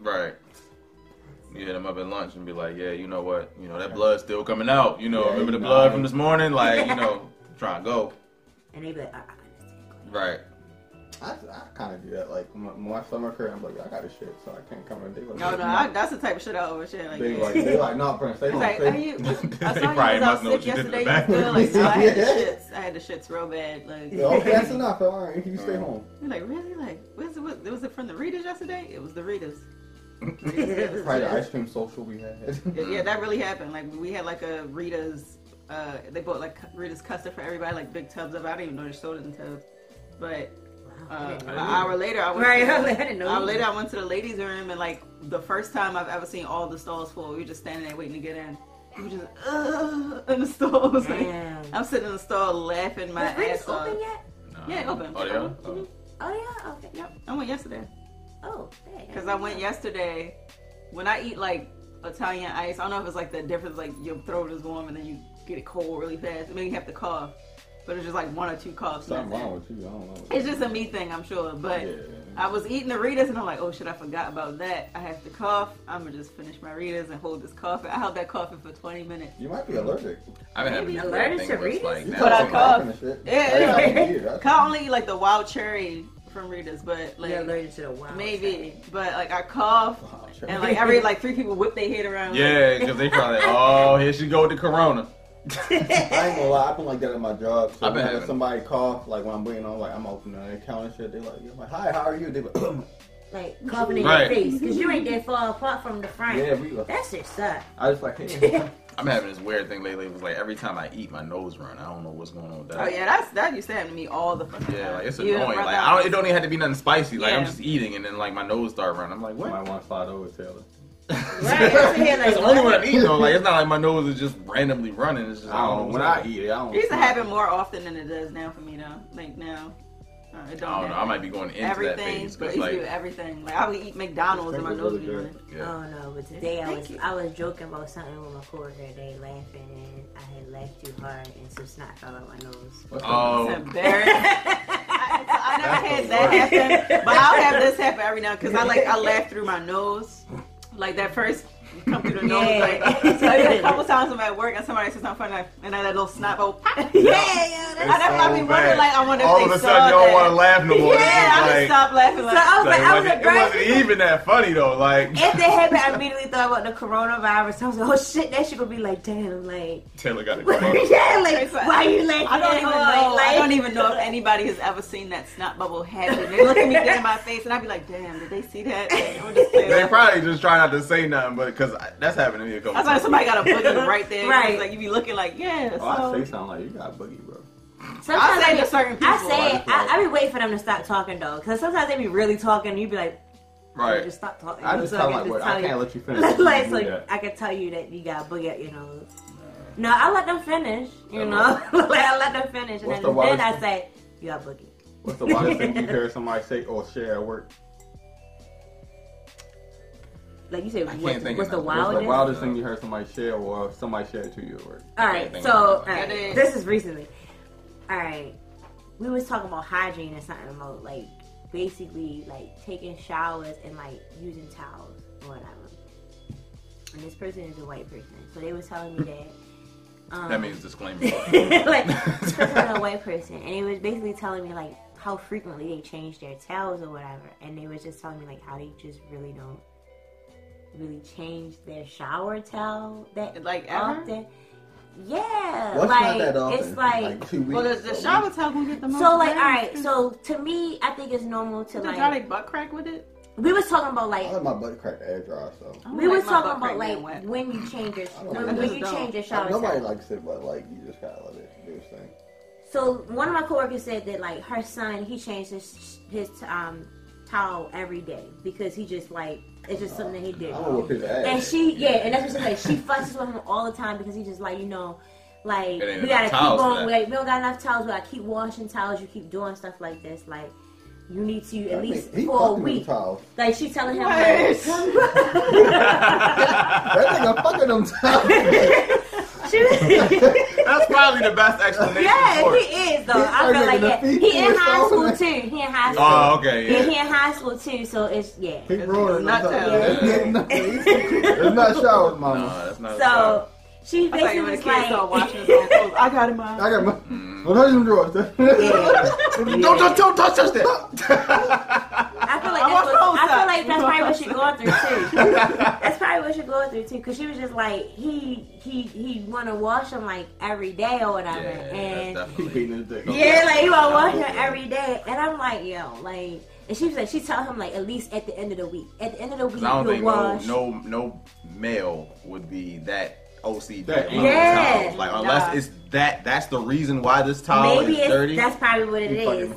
Right. You hit him up at lunch and be like, yeah, you know what? You know, that blood's still coming out. You know, Yeah, remember the nah. blood from this morning? Like, you know, try and go. and they be like, "Ah, I, I understand. Right. I, I kind of do that. Like when my stomach hurt, I'm like, I got to shit, so I can't come in. They like, No, no, I, that's the type of shit I overshare. Like, They yeah. like, they like, no, Prince, they It's don't like, are say. you? I saw They probably you was out must know sick what you did in the yesterday. back. You feel like, so I had the Yeah. shits. I had the shits real bad. Like, Yeah, okay, that's enough. All right, you stay home. You're like, really? Like, was it, was, was it from the readers yesterday? It was the readers. ah." Probably the ice cream social we had. Yeah, yeah, that really happened. Like we had like a Rita's. Uh, they bought like cu- Rita's custard for everybody, like big tubs of. it. I didn't even know they sold it in tubs. But uh, an hour later, I went. Right, to I the, didn't know An hour either. later, I went to the ladies' room, and like the first time I've ever seen all the stalls full. We were just standing there waiting to get in. We were just uh, in the stalls. Like, Damn. I'm sitting in the stall laughing my Is Rita's ass off. open yet? Nah. Yeah, open. Oh, they are? Mhm. Oh yeah. Okay. Yep. I went yesterday Oh. hey, because I went yesterday. When I eat like Italian ice, I don't know if it's like the difference. Like your throat is warm and then you get it cold really fast. and then you have to cough, but it's just like one or two coughs. and Something that's it. wrong with you. I don't know. It's just a me thing, I'm sure. But Yeah. I was eating the Ritas and I'm like, oh shit, I forgot about that. I have to cough. I'm gonna just finish my Ritas and hold this cough. I held that coughing for 20 minutes. You might be allergic. I've been having Maybe this allergic thing to where it's like reading? You now But got I it's some like- cough. and Yeah, shit. Yeah, yeah. I do, that's- I only eat like the wild cherry from Ritas, but You're like allergic to the wild. maybe, but like I cough Wow, sure. and like every like three people whip their head around. Yeah, because they probably, oh, here she go with the corona. I ain't gonna lie, I've been like that at my job. So I've been when having- somebody cough, like when I'm waiting on, like I'm opening an account and shit. They like, I'm like, hi, how are you? They like, Like coughing in Right. your face because you ain't that far apart from the front. yeah, we. Like, That shit suck. I just like, hey, I'm having this weird thing lately. It was like every time I eat, my nose run. I don't know what's going on with that. Oh yeah, that's that used to happen to me all the fucking time. Yeah, like it's You annoying. rub Like out- I don't, it don't even have to be nothing spicy. Like I'm Yeah. just eating, and then like my nose start running. I'm like, what? might want to slide over Taylor. Right, that's what he had, like, That's the only one I'm eating. Though. Like it's not like my nose is just randomly running. It's just I don't know when I Oh, eat. eat it. I don't. It used to happen more often than it does now for me though. Like now, uh, it don't. I don't know. I happen. might be going into that everything, phase, but but it used to do like, everything. Like I would eat McDonald's and my Things are nose would really be good. running. yeah. Oh no, but today I Thank was you. I was joking about something with my coworker today, laughing, and I had laughed too hard, and some snot fell out my nose. What's Oh, It's embarrassing. I, I never had that That's the happen, but I'll have this happen every now because I like I laugh through my nose, like that first come through the nose. Yeah. Like, so I did a couple times I'm at work and somebody says something funny, like, and I that little oh, snot go. pop. yeah, yeah. That's, I never so probably wonder bad. like I wonder if all they of a saw sudden you don't want to that. laugh no more. yeah, I just It's like, stopped laughing. so I Like, was like, I like, it was wasn't aggressive. even that funny though. Like If that happened, I immediately thought about the coronavirus. I was like, oh shit, that shit gonna be like, damn, like, Taylor got it. yeah, like, so I- why you laughing? I don't that even hard? know. Like, I don't even know if anybody has ever seen that snot bubble happen. They look at me dead in my face, and I'd be like, "Damn, did they see that?" Like, I'm just saying, They like, probably just try not to say nothing, but because that's happened to me a couple. That's why times. somebody got a boogie right there. Right. Like you be looking like, yeah. Oh, I say so. something like you got boogie, bro. Sometimes I say I, be, to certain I people, say, like, it, I, I be waiting for them to stop talking though, because sometimes they be really talking, and you be like, Right. just stop talking. I just So tell can like, wait, tell I you- can't let you finish. like, You do so that. I can tell you that you got boogie at your nose. No, I let them finish. You know, like I let them finish, and What's then, the then wildest- I say you got boogie. What's the wildest thing you hear somebody say or share at work? Like you say, can't what, think what's of nothing. the What's What's wildest? the wildest thing you heard somebody share or somebody share it to you at work? All can't right, think so of all nothing. right, It is. this is recently. All right, we was talking about hygiene and something about like basically like taking showers and like using towels or whatever. And this person is a white person, so they was telling me that. Um, That means disclaimer. like this person was a white person, and he was basically telling me like how frequently they change their towels or whatever, and they was just telling me like how they just really don't really change their shower towel that Like, ever? often. Yeah, What's not like that often? it's like, two weeks. Well, does the a shower week. towel gonna get the most? so like all rain? right. So to me, I think it's normal to Did y'all like like butt crack with it? we was talking about like I let my butt crack air dry, so I don't we Oh, like was my talking butt crack about being like wet. when you change your I don't when, know. when you Don't. change your shower nobody towel. likes it, but like you just gotta let it do its thing. So one of my coworkers said that like her son, he changed his his um towel every day because he just like it's just something that he I did. don't whoop his ass. And she yeah, and that's what she like. She fusses with him all the time because he just like you know. Like It ain't we gotta enough keep towels for on, that. like we don't got enough towels. We gotta keep washing towels. You keep doing stuff like this. Like you need to at I least think he for a fucking them week. towels. Like she telling him, Wait. like, That nigga fucking them towels. she was, That's probably the best explanation yeah, for he it. is though. He I feel started like making that. the feet He in and high stuff. school too. He in high school. Oh, okay, Yeah, yeah. he in high school too, so it's yeah. he ruined Not them towels. towels. It's not- It's not showers, mama. No, that's not So she I thought you basically were the was kids like, all washing his own clothes. I got him uh, I out. got my. Mm. What are them drawers? Don't, don't, don't touch that. I feel like I that's want what, I clothes feel up. like I that's probably want what she going through too. that's probably probably what you're going through too, because she was just like he he he want to wash him like every day or whatever, Yeah, and that's He definitely. beating his dick. yeah, like he want to wash him every day, and I'm like yo, like, and she was like she told him like at least at the end of the week, at the end of the week Because I don't you'll think no, wash. no no male would be that OCD. That about Yeah. towels. Like unless Nah. it's that that's the reason why this towel Maybe is it's, dirty. that's probably what it You fucking is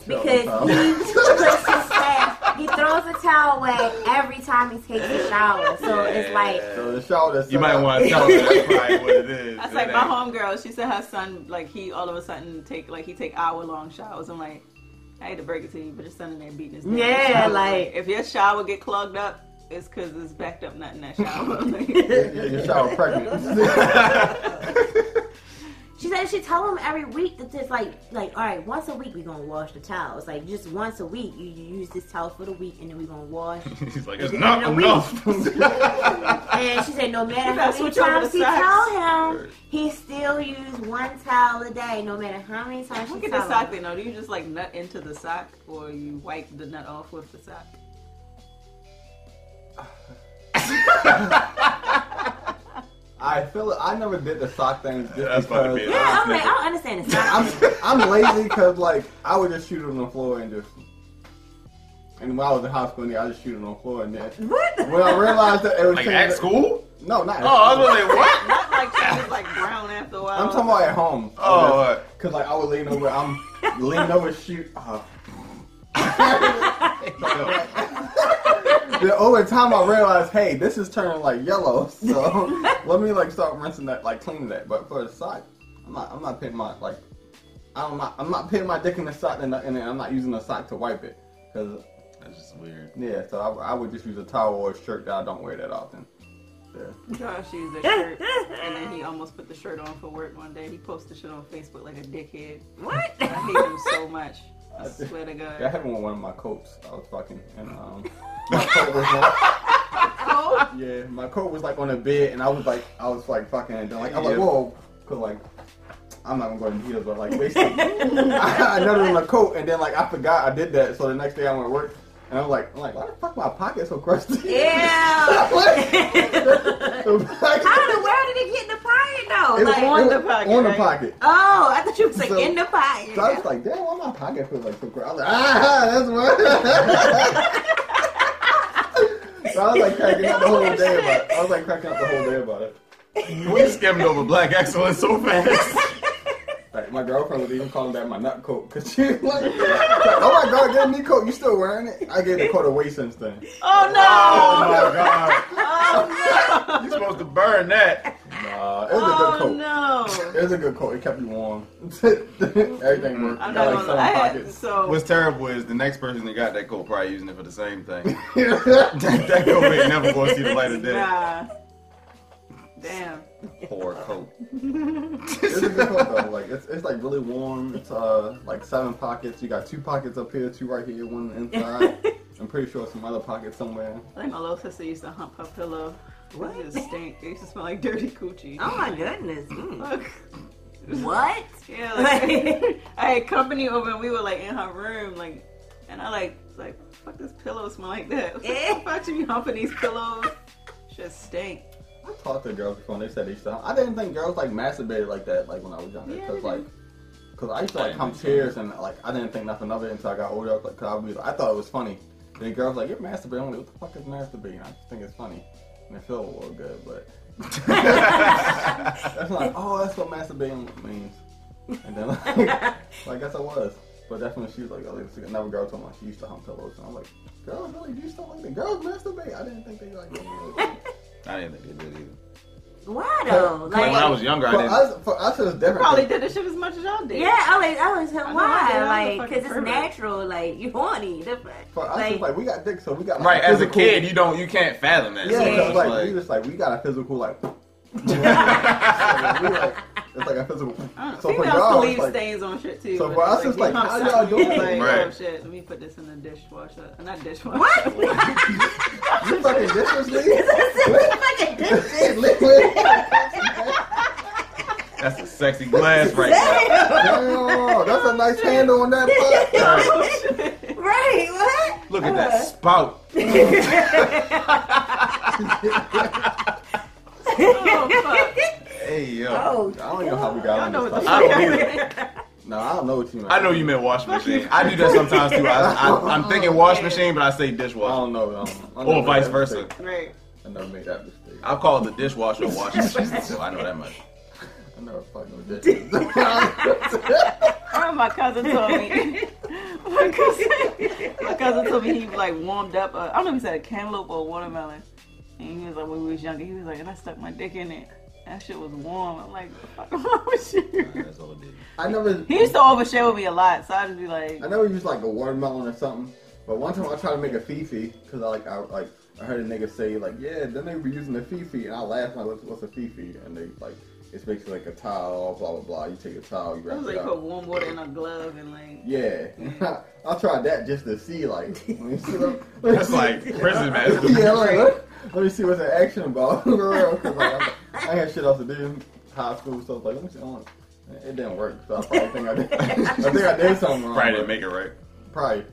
Michelle, pal. because he puts his stuff, he throws the towel away every time he takes a shower. So it's like So the shower that's you set might up- want to tell me that's probably what it is. That's It like my ain't- homegirl. She said her son, like he all of a sudden take like he take hour long showers. I'm like, I hate to break it to you, but your son in there beating his. dick. Yeah, I'm like- if your shower get clogged up, it's because it's backed up not in that shower. Yeah, yeah, Your shower pregnant. She said she told him every week that it's like like all right once a week we gonna wash the towels like just once a week you, you use this towel for the week and then we gonna wash He's like, it's Yeah, not no, we- enough. and she said no matter how That's many what y'all times she decide. told him he still used one towel a day no matter how many times she Look at told the sock him thing though. Do you just like nut into the sock, or you wipe the nut off with the sock? I feel it. I never did the sock thing just That's about to because be it. yeah I'm like I don't understand the sock I'm I'm lazy because like I would just shoot it on the floor and just. And when I was in high school, nigga, I just shoot it on the floor and then. what When I realized that it was Like changing- at school? No, not. At Oh, I was school. gonna say what? Not like she was like brown after a while. I'm talking about at home. Oh, all right. Cause like I would lean over, I'm lean over, shoot. Uh, then over time I realized, hey, this is turning like yellow. So let me like start rinsing that, like cleaning that. But for the sock, I'm not, I'm not putting my like, I'm not, I'm not putting my dick in the sock and, and I'm not using the sock to wipe it. Cause That's just weird. yeah, so I, I would just use a towel or a shirt that I don't wear that often. Yeah. Josh used a shirt, and then he almost put the shirt on for work one day. He posted shit on Facebook like a dickhead. what I hate him so much. I swear to Yeah, I God. had one of one of my coats. I was fucking and um my coat was like, Oh, yeah, my coat was like on a bed and I was like I was like fucking and then, like I'm like Yeah. whoa cause like I'm not gonna go into details but like basically I nutted in my coat and then like I forgot I did that so the next day I went to work and I'm like I'm like why the fuck my pocket so crusty? yeah The pocket- how in the world did it get in the pocket though it was like on it the was pocket, On the right? pocket. oh I thought you was like So- in the pocket So I was like, damn, why my pocket feels like so gross? I was like, ah, that's why. so I was like cracking up the whole day about it. I was like cracking up the whole day about it. We skimmed over black excellence so fast. Like my girlfriend was even calling that my nut coat because she was like, oh my god, that knee coat, you still wearing it? I gave the coat away since then. oh no! Oh my god. You're supposed to burn that. Nah, it was a good Oh coat. no! It was a good coat. It kept you warm. Everything worked. I'm not Got like gonna seven lie. I had- pockets. So What's terrible is the next person that got that coat probably using it for the same thing. yeah, that, that coat ain't never gonna see the light of day. nah. Damn. Poor coat. it's a good coat though. Like it's, it's like really warm. It's uh like seven pockets. You got two pockets up here, two right here, one inside. I'm pretty sure some other pocket somewhere. I think my little sister used to hump her pillow. What? It just stink. It used to smell like dirty coochie. oh my goodness mm. Fuck. what Yeah, like I had company over and we were like in her room, like, and I like was like fuck this pillow smell like that. What the Eh. fuck you be humping these pillows? Shit stink. I talked to girls before and they said they used to. I didn't think girls like masturbated like that like when I was younger Yeah, they because like. Cause I used to I like didn't come think so. tears and like I didn't think nothing of it until I got older. I was, like, cause I, would be, like- I thought it was funny. Then girls like you're masturbating. I'm like, what the fuck is masturbating? I just think it's funny and it feels a little good, but that's like oh that's what masturbating means. And then like, so I guess I was, but that's when she was like oh this is good." another girl told me like, she used to hump pillows and I'm like girls really do stuff like that. Girls masturbate. I didn't think they like. did it. I didn't think they did either. why though Like like when I was younger, I For didn't. us, for us, it was different. Probably did this shit as much as y'all did. Yeah, I was, I was know, like, I why? know, I was a Like, fucking because it's pervert. natural. Like, you horny. Different. For us, Like, it's like we got dick, so we got like, Right, a as a physical- kid, you don't, you can't fathom that. yeah, So it's because like, like- we just like we got a physical like. we like it's like a physical. I don't So know. Uh, for Females y'all, can it's leave like, stains on shit too. so but for us, it's you like, hump how y'all something, doing you're that? Like, oh Right. shit, let me put this in the dishwasher. Uh, Not dishwasher. what? you fucking disrespect. Fucking dick. Liquid. That's a sexy glass right there. Damn, that's a nice handle on that pot. Right, what? Look at that spout. Oh, fuck. Hey yo, Oh, I don't even know how we got Y'all on know this. what the topic. I don't either. No, I don't know what you meant. I know you meant wash machine. I do that sometimes too. I, I, I'm thinking wash machine, but I say I dishwasher. don't know. I don't- Oh, I Or never vice made that versa. mistake. Right. I never made that mistake. I, I've called the dishwasher a washing machine, so I know that much. I never fucked no dishes. I Oh, my cousin told me. my, cousin, my cousin told me he like warmed up. A, I don't know if he said a cantaloupe or a watermelon. And he was like, when we was younger, he was like, and I stuck my dick in it. That shit was warm. I'm like, what the fuck wrong with you? That's all it did. never. He used to overshare with me a lot, so I'd just be like, I never used like a watermelon or something. But one time I tried to make a fifi because I like I like I heard a nigga say like yeah then they were using the fifi and I laughed and I was what's a fifi and they like it's basically like a towel blah blah blah you take a towel you I wrap was it like, up put warm water in a glove and like, yeah I tried that just to see like let me see what, let me That's see- like prison yeah master. like let, let me see what's the action about for real 'cause, like, I, I had shit else to do high school so I was like let me see I don't- it didn't work so I probably think I did I think I did something wrong Probably didn't but- make it right. Probably.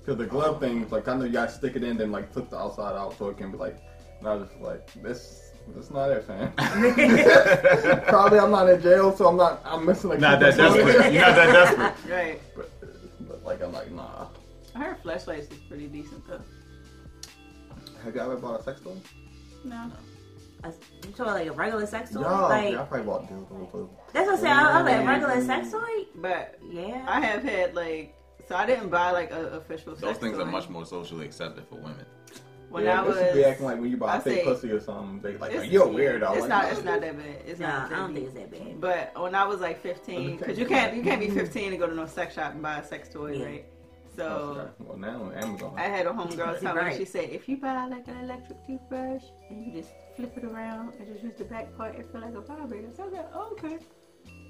Because the glove thing, like, I know you gotta stick it in, then, like, flip the outside out so it can be, like, and I was just like, this, that's not it, fam. Probably I'm not in jail, so I'm not, I'm missing, like, Not that desperate. You're not that desperate. right. but, but, like, I'm like, nah. I heard flashlights is pretty decent though. Have you ever bought a sex toy? No. You talking about like a regular sex toy? No, like I probably bought dildo. that's what I'm saying. I- I'm like regular sex toy. But Yeah. I have had like, so I didn't buy like a official Those sex things are toy. much more socially accepted for women. When yeah, I they was, should be acting like when you buy I a fake say- pussy or something, they like, It's- you're a weirdo. It's like, not. nah. It's not that bad. It's Nah, not. I don't that think bad. it's that bad. But when I was like 15, because you can't you can't be 15 and go to no sex shop and buy a sex toy, Yeah. right? Oh, So shit. Well, now on Amazon. I had a homegirl tell me Right. she said if you buy like an electric toothbrush and you just flip it around and just use the back part, it feel like a vibrator. So I was like, oh, okay.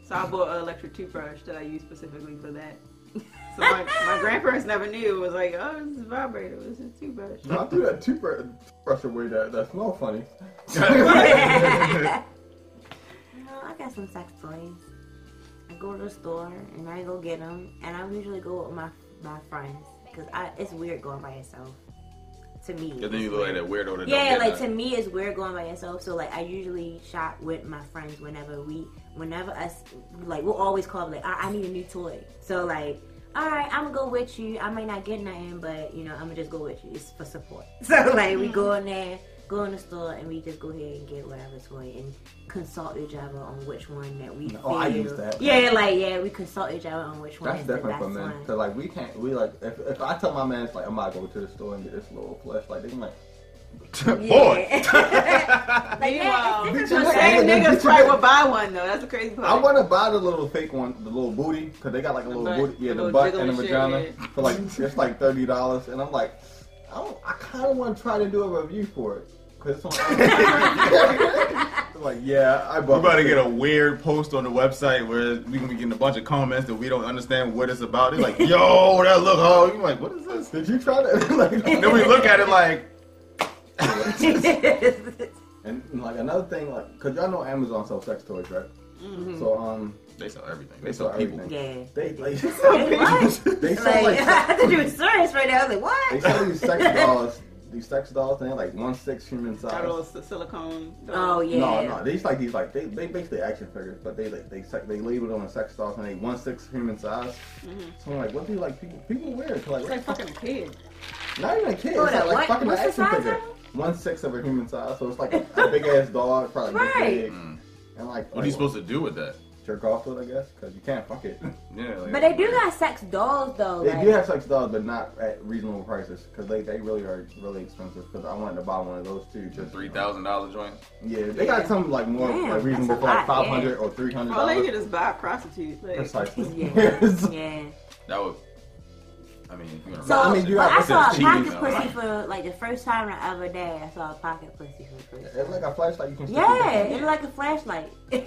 So I bought an electric toothbrush that I use specifically for that. So my, my grandparents never knew. It was like, oh, this is a vibrator. This is a toothbrush. I threw that toothbrush toothbrush away that, that smell funny. No, I got some sex toys. I go to the store and I go get them, and I usually go with my my friends because I it's weird going by yourself. To me, Because then you look like that weirdo that yeah, don't get like to nothing. me, it's weird going by yourself. So like, I usually shop with my friends whenever we, whenever us, like we'll always call like, I, I need a new toy. So like, all right, I'm gonna go with you. I might not get nothing, but you know, I'm gonna just go with you. It's for support. So like, we go in there, go in the store, and we just go ahead and get whatever toy and consult each other on which one that we. Oh, I feel- used that. Yeah, like yeah, we consult each other on which one That's is the definitely best for men. one. Cause like we can't, we like if, if I tell my man it's like I'm about to go to the store and get this little flesh, like they can like Boy. Yeah. like, yeah, Meanwhile, it's the different you from look- same Bitch, you niggas probably look- would buy one though. That's the crazy part. I want to buy the little fake one, the little booty, cause they got like a little butt, booty, yeah, the the little butt jiggly and the shit, vagina yeah. for like it's like thirty dollars, and I'm like, I don't, I kind of want to try to do a review for it, cause it's on- like yeah, I We're bought. about to get a weird post on the website where we gonna be getting a bunch of comments that we don't understand what it's about. It's like, yo, that look hard. You're like, what is this? Did you try to? like, And then we look at it like, And like another thing, like, cause y'all know Amazon sells sex toys, right? Mm-hmm. So um, they sell everything. They They sell sell people. everything. yeah. they like What? they sell Like, like I thought you were serious right now. I was like, They what? sell these sex dolls. These sex dolls, and they're like one six human Got size. a little si- silicone. Oh yeah. No, no, these like these like they they basically action figures, but they like they se- they label them as sex dolls and they one six human size. Mm-hmm. So I'm like, what do you like people people wear? it? 'Cause, It's like, like fucking a kid. not even a kid, Oh, it's that like, like what- fucking an what's the action size figure. of One six of a human size, so it's like a, a big ass dog, probably this Right. big. And like, Mm. What are you supposed to do with that? to jerk off with, I guess, because you can't fuck it. Yeah, like, But they do got sex dolls though. They like, do have sex dolls, but not at reasonable prices, because they, they really are really expensive. Because I wanted to buy one of those too, just you know. three thousand dollar joint. Yeah, they got some like more Damn, like, reasonable for like that's a lot, Oh, five hundred or three hundred All they could dollars. just buy prostitutes. Like, Precisely. Yeah. Yes. Yeah. That would. I mean, if you're gonna So rob I I, mean, you but have- I it's saw a just pocket cheating, pussy though. for like the first time the other day. I saw a pocket pussy for the first. time. It's like a flashlight you can. stick in Yeah, your it's pocket. like a flashlight.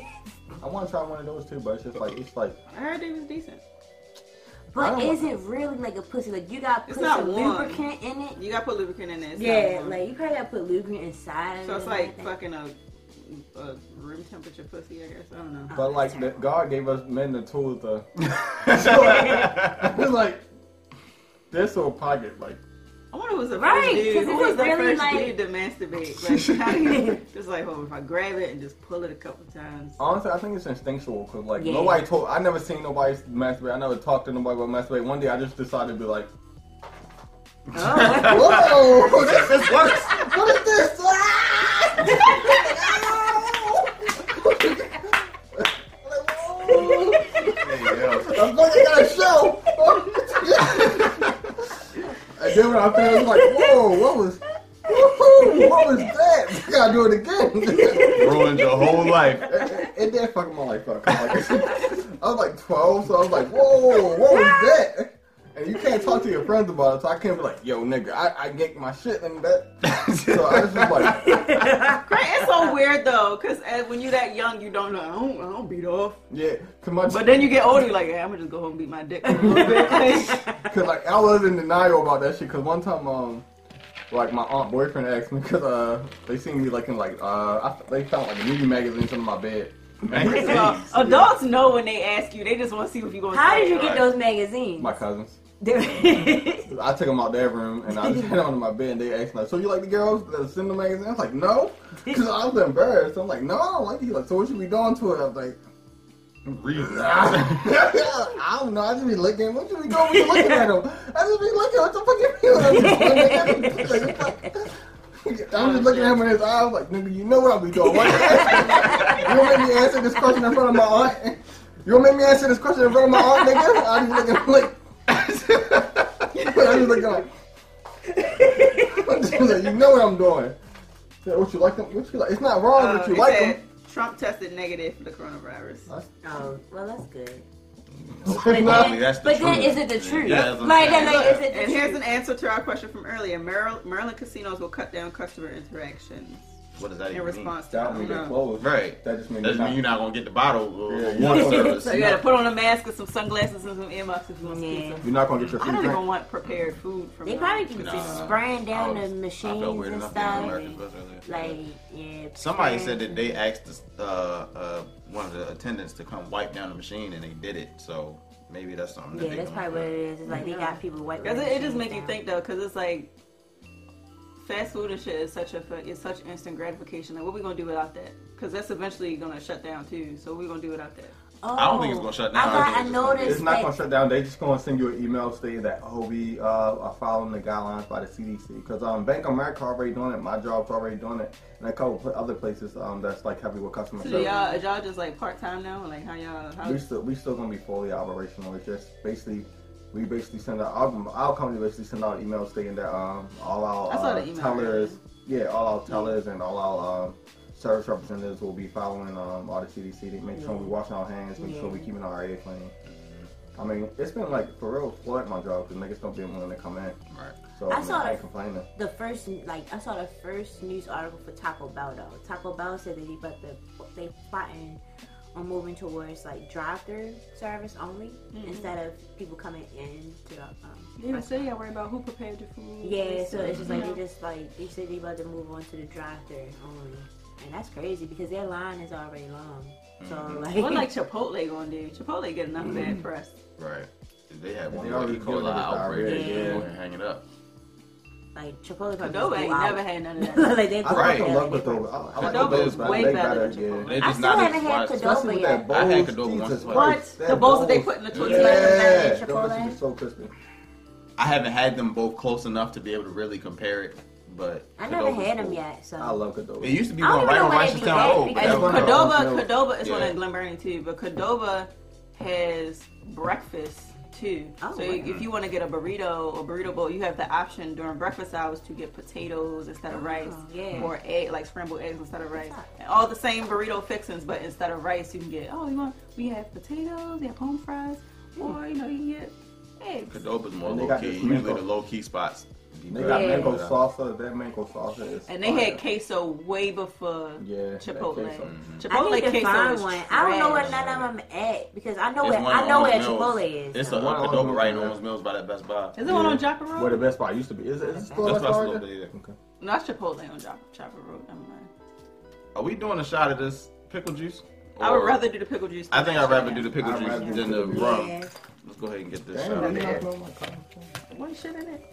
I want to try one of those too, but it's just like it's like I heard they was decent. but don't is it really like a pussy? Like you got It's put not some warm. lubricant in it. You got to put lubricant in there. It's Yeah, not warm. like you probably gotta put lubricant inside. of so it it's and like everything. fucking a, a room temperature pussy. I guess I don't Uh, know. Oh, but like the, God gave us men the tools to. it. it's like this or pocket like. I wonder who was the Right, first dude. 'cause Who is was it the really first dude like- to masturbate? Like, how do you just like, oh, if I grab it and just pull it a couple times. Honestly, I think it's instinctual because like Yeah. nobody told. I never seen nobody masturbate. I never talked to nobody about masturbate. One day I just decided to be like, Oh, "Whoa, this is worse. What is this?" Ah. Yeah, I'm fucking got a show. and then when I found, it, I was like, "Whoa, what was? Whoa, what was that? I gotta do it again." ruined your whole life. it, it did fuck my life up. Like, I was like 12, so I was like, "Whoa, what was that?" And you can't talk to your friends about it, so I can't be like, "Yo, nigga, I, I get my shit and that." So I was just like, Right, it's so weird though, because when you're that young, you don't know. I don't, I don't beat off. "Yeah," cause my But then you get older, you're like, yeah, I'm gonna just go home and beat my dick. for a little bit. Like, Cause like I was in denial about that shit. Cause one time, um, like my aunt boyfriend asked me, cause uh, they seen me like in like uh, I, they found like a movie magazine under my bed. it's all- adults know when they ask you, they just want to see if you're gonna. How say did you it. get those magazines? My cousins. They- I took them out their room and I just had them under my bed. and They asked me, like, "So you like the girls that send the magazine?" I was like, "No," cause I was embarrassed. I'm like, "No, I don't like these." Like, so what should we doing to it? I was like, Reason. I don't know. I just be looking. What should we go? We looking at them. I just be looking. What the fuck you feeling? I'm just looking at him in his eyes like, nigga, you know what I'll be doing. Why you asking- you don't make me answer this question in front of my aunt. You don't make me answer this question in front of my aunt, nigga. I just looking like, I just looking like, I'm just like, you know what I'm doing. Yeah, What you like them? What you like? It's not wrong, Uh, Oh, but you it like said them. Trump tested negative for the coronavirus. oh, well, that's good. It's not- Only that's the but then, truth. is it the truth? Yeah, that's what I'm like, then, saying. like, is And it the here's an truth? answer to our question from earlier. Maryland, Maryland casinos will cut down customer interactions What does that in even mean? response to That don't mean I they're don't know. closed. Right. That just means Doesn't mean you're not gonna get the bottle or Yeah, or you one know. service. So you gotta put on a mask and some sunglasses and some earmuffs if you want to Yeah. see some. You're not gonna get your I free don't even drink. want prepared food from. They the probably just Nah. spraying down Uh, I was- the I machines felt weird and enough stuff. being an American bus earlier. Like, yeah. Somebody said spraying- that they asked this, uh, uh, one of the attendants to come wipe down the machine, and they did it. So maybe that's something. That Yeah, they that's can probably look what at. it is. It's like they got people white. Because it, it just makes you think though, because it's like fast food and shit is such a fu- it's such instant gratification. Like, what we gonna do without that? Because that's eventually gonna shut down too. So what we gonna do without that? Oh, I don't think it's gonna shut I, down. got, I think it's just gonna noticed It's not that- gonna shut down. They just gonna send you an email stating that oh we uh, are following the guidelines by the CDC because um Bank of America already doing it, my job's already doing it, and a couple pl- other places um that's like heavy with customer So do service. y'all, is y'all just like part time now? Like, how y'all? How, We still we still gonna be fully operational. It's just basically we basically send out our, our company basically send out emails stating that um all our I saw uh, the email. tellers yeah all our tellers and all our um, service representatives will be following um all the CDC to make sure we washing our hands, make sure we keeping our area clean. I mean, it's been like for real flood my job because niggas don't be willing to come in. Right. So I I, mean, saw I it. ain't complaining. the first like I saw the first news article for Taco Bell though. Taco Bell said that they but the they plotting on moving towards like drive through service only Mm-hmm. instead of people coming in to the um, even restaurant. still, y'all worry about who prepared the food. Yeah, so it's just like Yeah. they just like they said they about to move on to the drive through only. And that's crazy because their line is already long. So Mm-hmm. like, What like Chipotle gonna do? Chipotle get enough Mm. bad press. Right. They had one They more E. already killed coli it with outbreak. diarrhea, They yeah. wouldn't hang it up. like Chipotle probably Adobe ain't never had none of that. like they I Right. fucking yeah, love they Cordova. go I, I out. like Cordova Cordova is better. way they better better, than Chipotle. They yeah. I just still not haven't as had wise- Cordova Especially with yet. that I bowl. had Cordova Jesus once, like- Christ, What? The bowls that they put in the bowls. tortilla? Yeah, Chipotle? those are so crispy. I haven't had them both close enough to be able to really compare it, but I never Cordova's had them cool. yet, so I love Cordova. It used to be I don't one right know on why they Rochester do Town that, Road. but because that one- Cordova, Milk. Cordova is one Yeah. in Glen Burnie too, but Cordova has breakfast too. Oh, so wow. if you want to get a burrito or burrito bowl, you have the option during breakfast hours to get potatoes instead of rice, Oh, yeah. or egg like scrambled eggs instead of rice, up? and all the same burrito fixings, but instead of rice, you can get oh you want we have potatoes, we have home fries, or you know you can get eggs. Cordova's more And they low got key. this Usually mango. the low key spots. be They better got than mango that. salsa. That mango salsa is. And they Oh, had fire. queso way before Yeah, that Chipotle. queso. Chipotle I need Mm-hmm. to queso find is one. I don't know where trash. none of them at because I know It's where one I on know where Owens Mills. Chipotle is. It's a though. One on uh, Cordova Owens right on Mills. Owens Mills by that Best Buy. Is it one on Joppa Road? Where the Best Buy used to be. Is it, is it still That's Best why it's a Buy? little right bit there? either. Okay. Not Chipotle on Joppa, Chopper Road. Never mind. Are we doing a shot of this pickle juice? I would Or- rather do the pickle juice. I think I'd rather do the pickle. pickle I'd rather juice do than the pickle juice. rum. Yeah. Let's go ahead and get this Damn, shot I'm of not here. blowing my cover. One shit in it.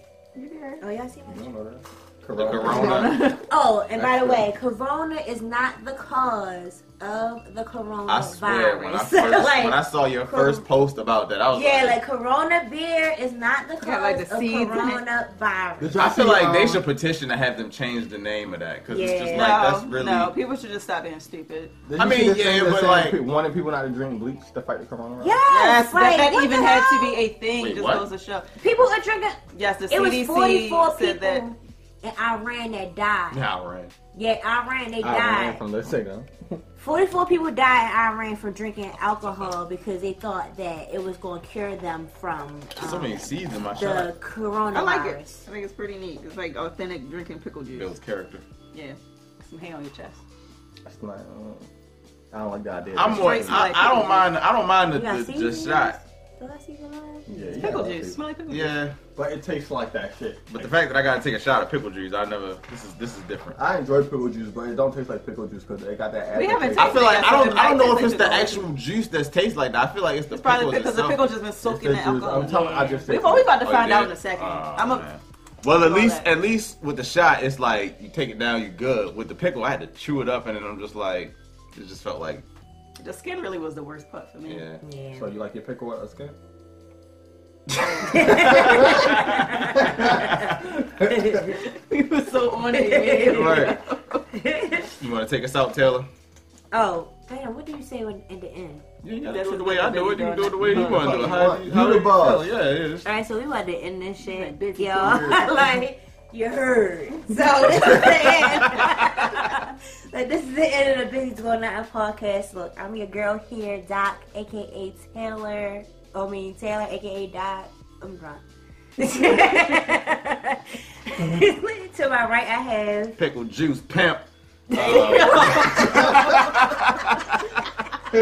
Oh, y'all see my You Mm-hmm. don't know that. The Corona. corona. Oh, and by That's the way, corona is not the cause of the coronavirus. I swear, when I first Like, when I saw your first post about that, I was yeah, like, like corona beer is not the cause Got, like, the of seeds in it. coronavirus. Did y'all I feel see, like they um, should petition to have them change the name of that because it's just Yeah. like that's no, really. no, people should just stop being stupid. did I you see mean, the yeah, thing that but said like- pe- wanting people not to drink bleach to fight the coronavirus. Yes, Yes, like, that, that what even the had to hell? be a thing. Wait, just what? goes to show. People are drinking. Yes, the It was CDC 44 said people that. in Iran that died. Nah, right. Yeah, Iran they I ran died. from this signal. 44 people died in Iran from drinking alcohol because they thought that it was going to cure them from There's so um, many seeds in my shot. the coronavirus. I like it. I think it's pretty neat. It's like authentic drinking pickle juice. Bill's character. Yeah, some hay on your chest. That's not. uh, I don't like the idea. I'm more. Straight I, I don't black. mind. I don't mind the, You got the, the seeds? shot. Do I see the line? yeah, yeah, Pickle I like juice. it. Smell like pickle juice. Yeah, But it tastes like that shit. but the fact that I gotta take a shot of pickle juice, I never. This is this is different. I enjoy pickle juice, but it don't taste like pickle juice because it got that. We haven't aftertaste. I feel like I don't. I don't know if it's the Pickle. actual juice that tastes like that. I feel like it's the It's probably pickles because the itself. pickle just been It's soaking in the juice. alcohol. I'm telling. I just. We, said well, we about to Oh, find yeah. out in a second. Oh, I'm a, man. Well, at All least that. at least with the shot, it's like you take it down, you good. With the pickle, I had to chew it up, and then I'm just like, it just felt like, the skin really was the worst part for me. yeah. Yeah. So you like your pickle with a skin? we were so on it. Right. you want to take us out, Taylor? oh, damn, what do you say when, at the end? Yeah, you gotta That's do it the what way I they do it. You do. can do it the way you want to do it. How You you, how the you boss. feel. Yeah, yeah. Just, All right, so we about to end this shit, Like, busy y'all. like you heard. So this is the end. like this is the end of the Busy Going Out podcast. Look, I'm your girl here, Doc, aka Taylor. I mean Taylor, aka Doc. I'm drunk. to my right, I have. pickle juice, pimp. Uh,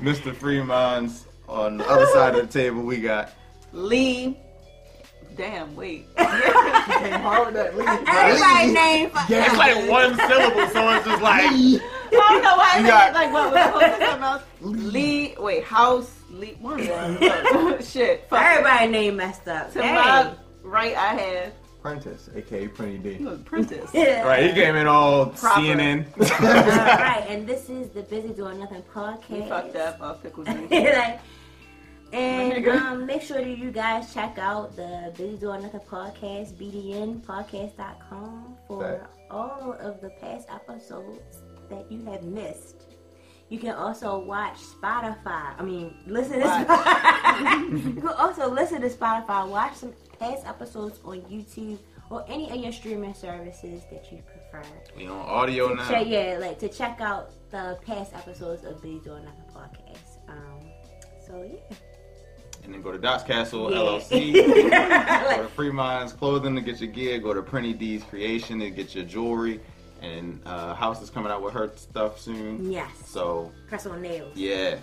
Mr. Freeman's on the other side of the table. We got Lee. Damn, wait. Everybody name. For- it's like one syllable, so it's just like I don't know why I You said got- like what was supposed to be something else. Lee, wait, house, Lee, one of them. Shit, fuck. Everybody name messed up. To Dang. my right, I have Prentice, aka Pretty D. you know, Princess. Yeah. right. He came in all Proper. CNN. All right, and this is the Busy Doing Nothing We podcast. fucked up off pickles. and- like, and Nigga. um, make sure that you guys check out the Busy Doing Nothing podcast, bdnpodcast.com, for Facts. all of the past episodes that you have missed. You can also watch Spotify. I mean, listen to Watch. Spotify. you can also listen to Spotify, watch some past episodes on YouTube or any of your streaming services that you prefer we on audio now. check, yeah, like to check out the past episodes of Busy Doing Nothing podcast. Um, so yeah, and then go to Dots Castle Yeah. LLC. go to Free Minds Clothing to get your gear. Go to Printy D's Creation to get your jewelry. And uh, House is coming out with her stuff soon. yes, So press on nails. yeah.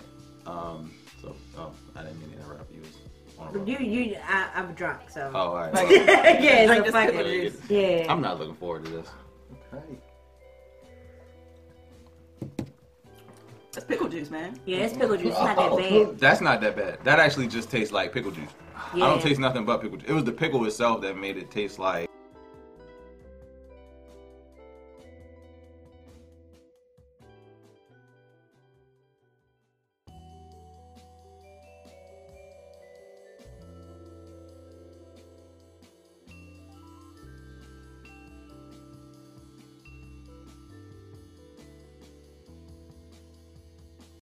Um, so oh, I didn't mean to interrupt you. Was on a roll. You, you, I, I'm drunk, so Oh, all right. Like, Well, yeah, Drink this so fuck pickle it. juice. yeah. I'm not looking forward to this. That's pickle juice, man. yeah, it's pickle juice. It's not that bad. Oh, That's not that bad. That actually just tastes like pickle juice. Yeah. I don't taste nothing but pickle juice. It was the pickle itself that made it taste like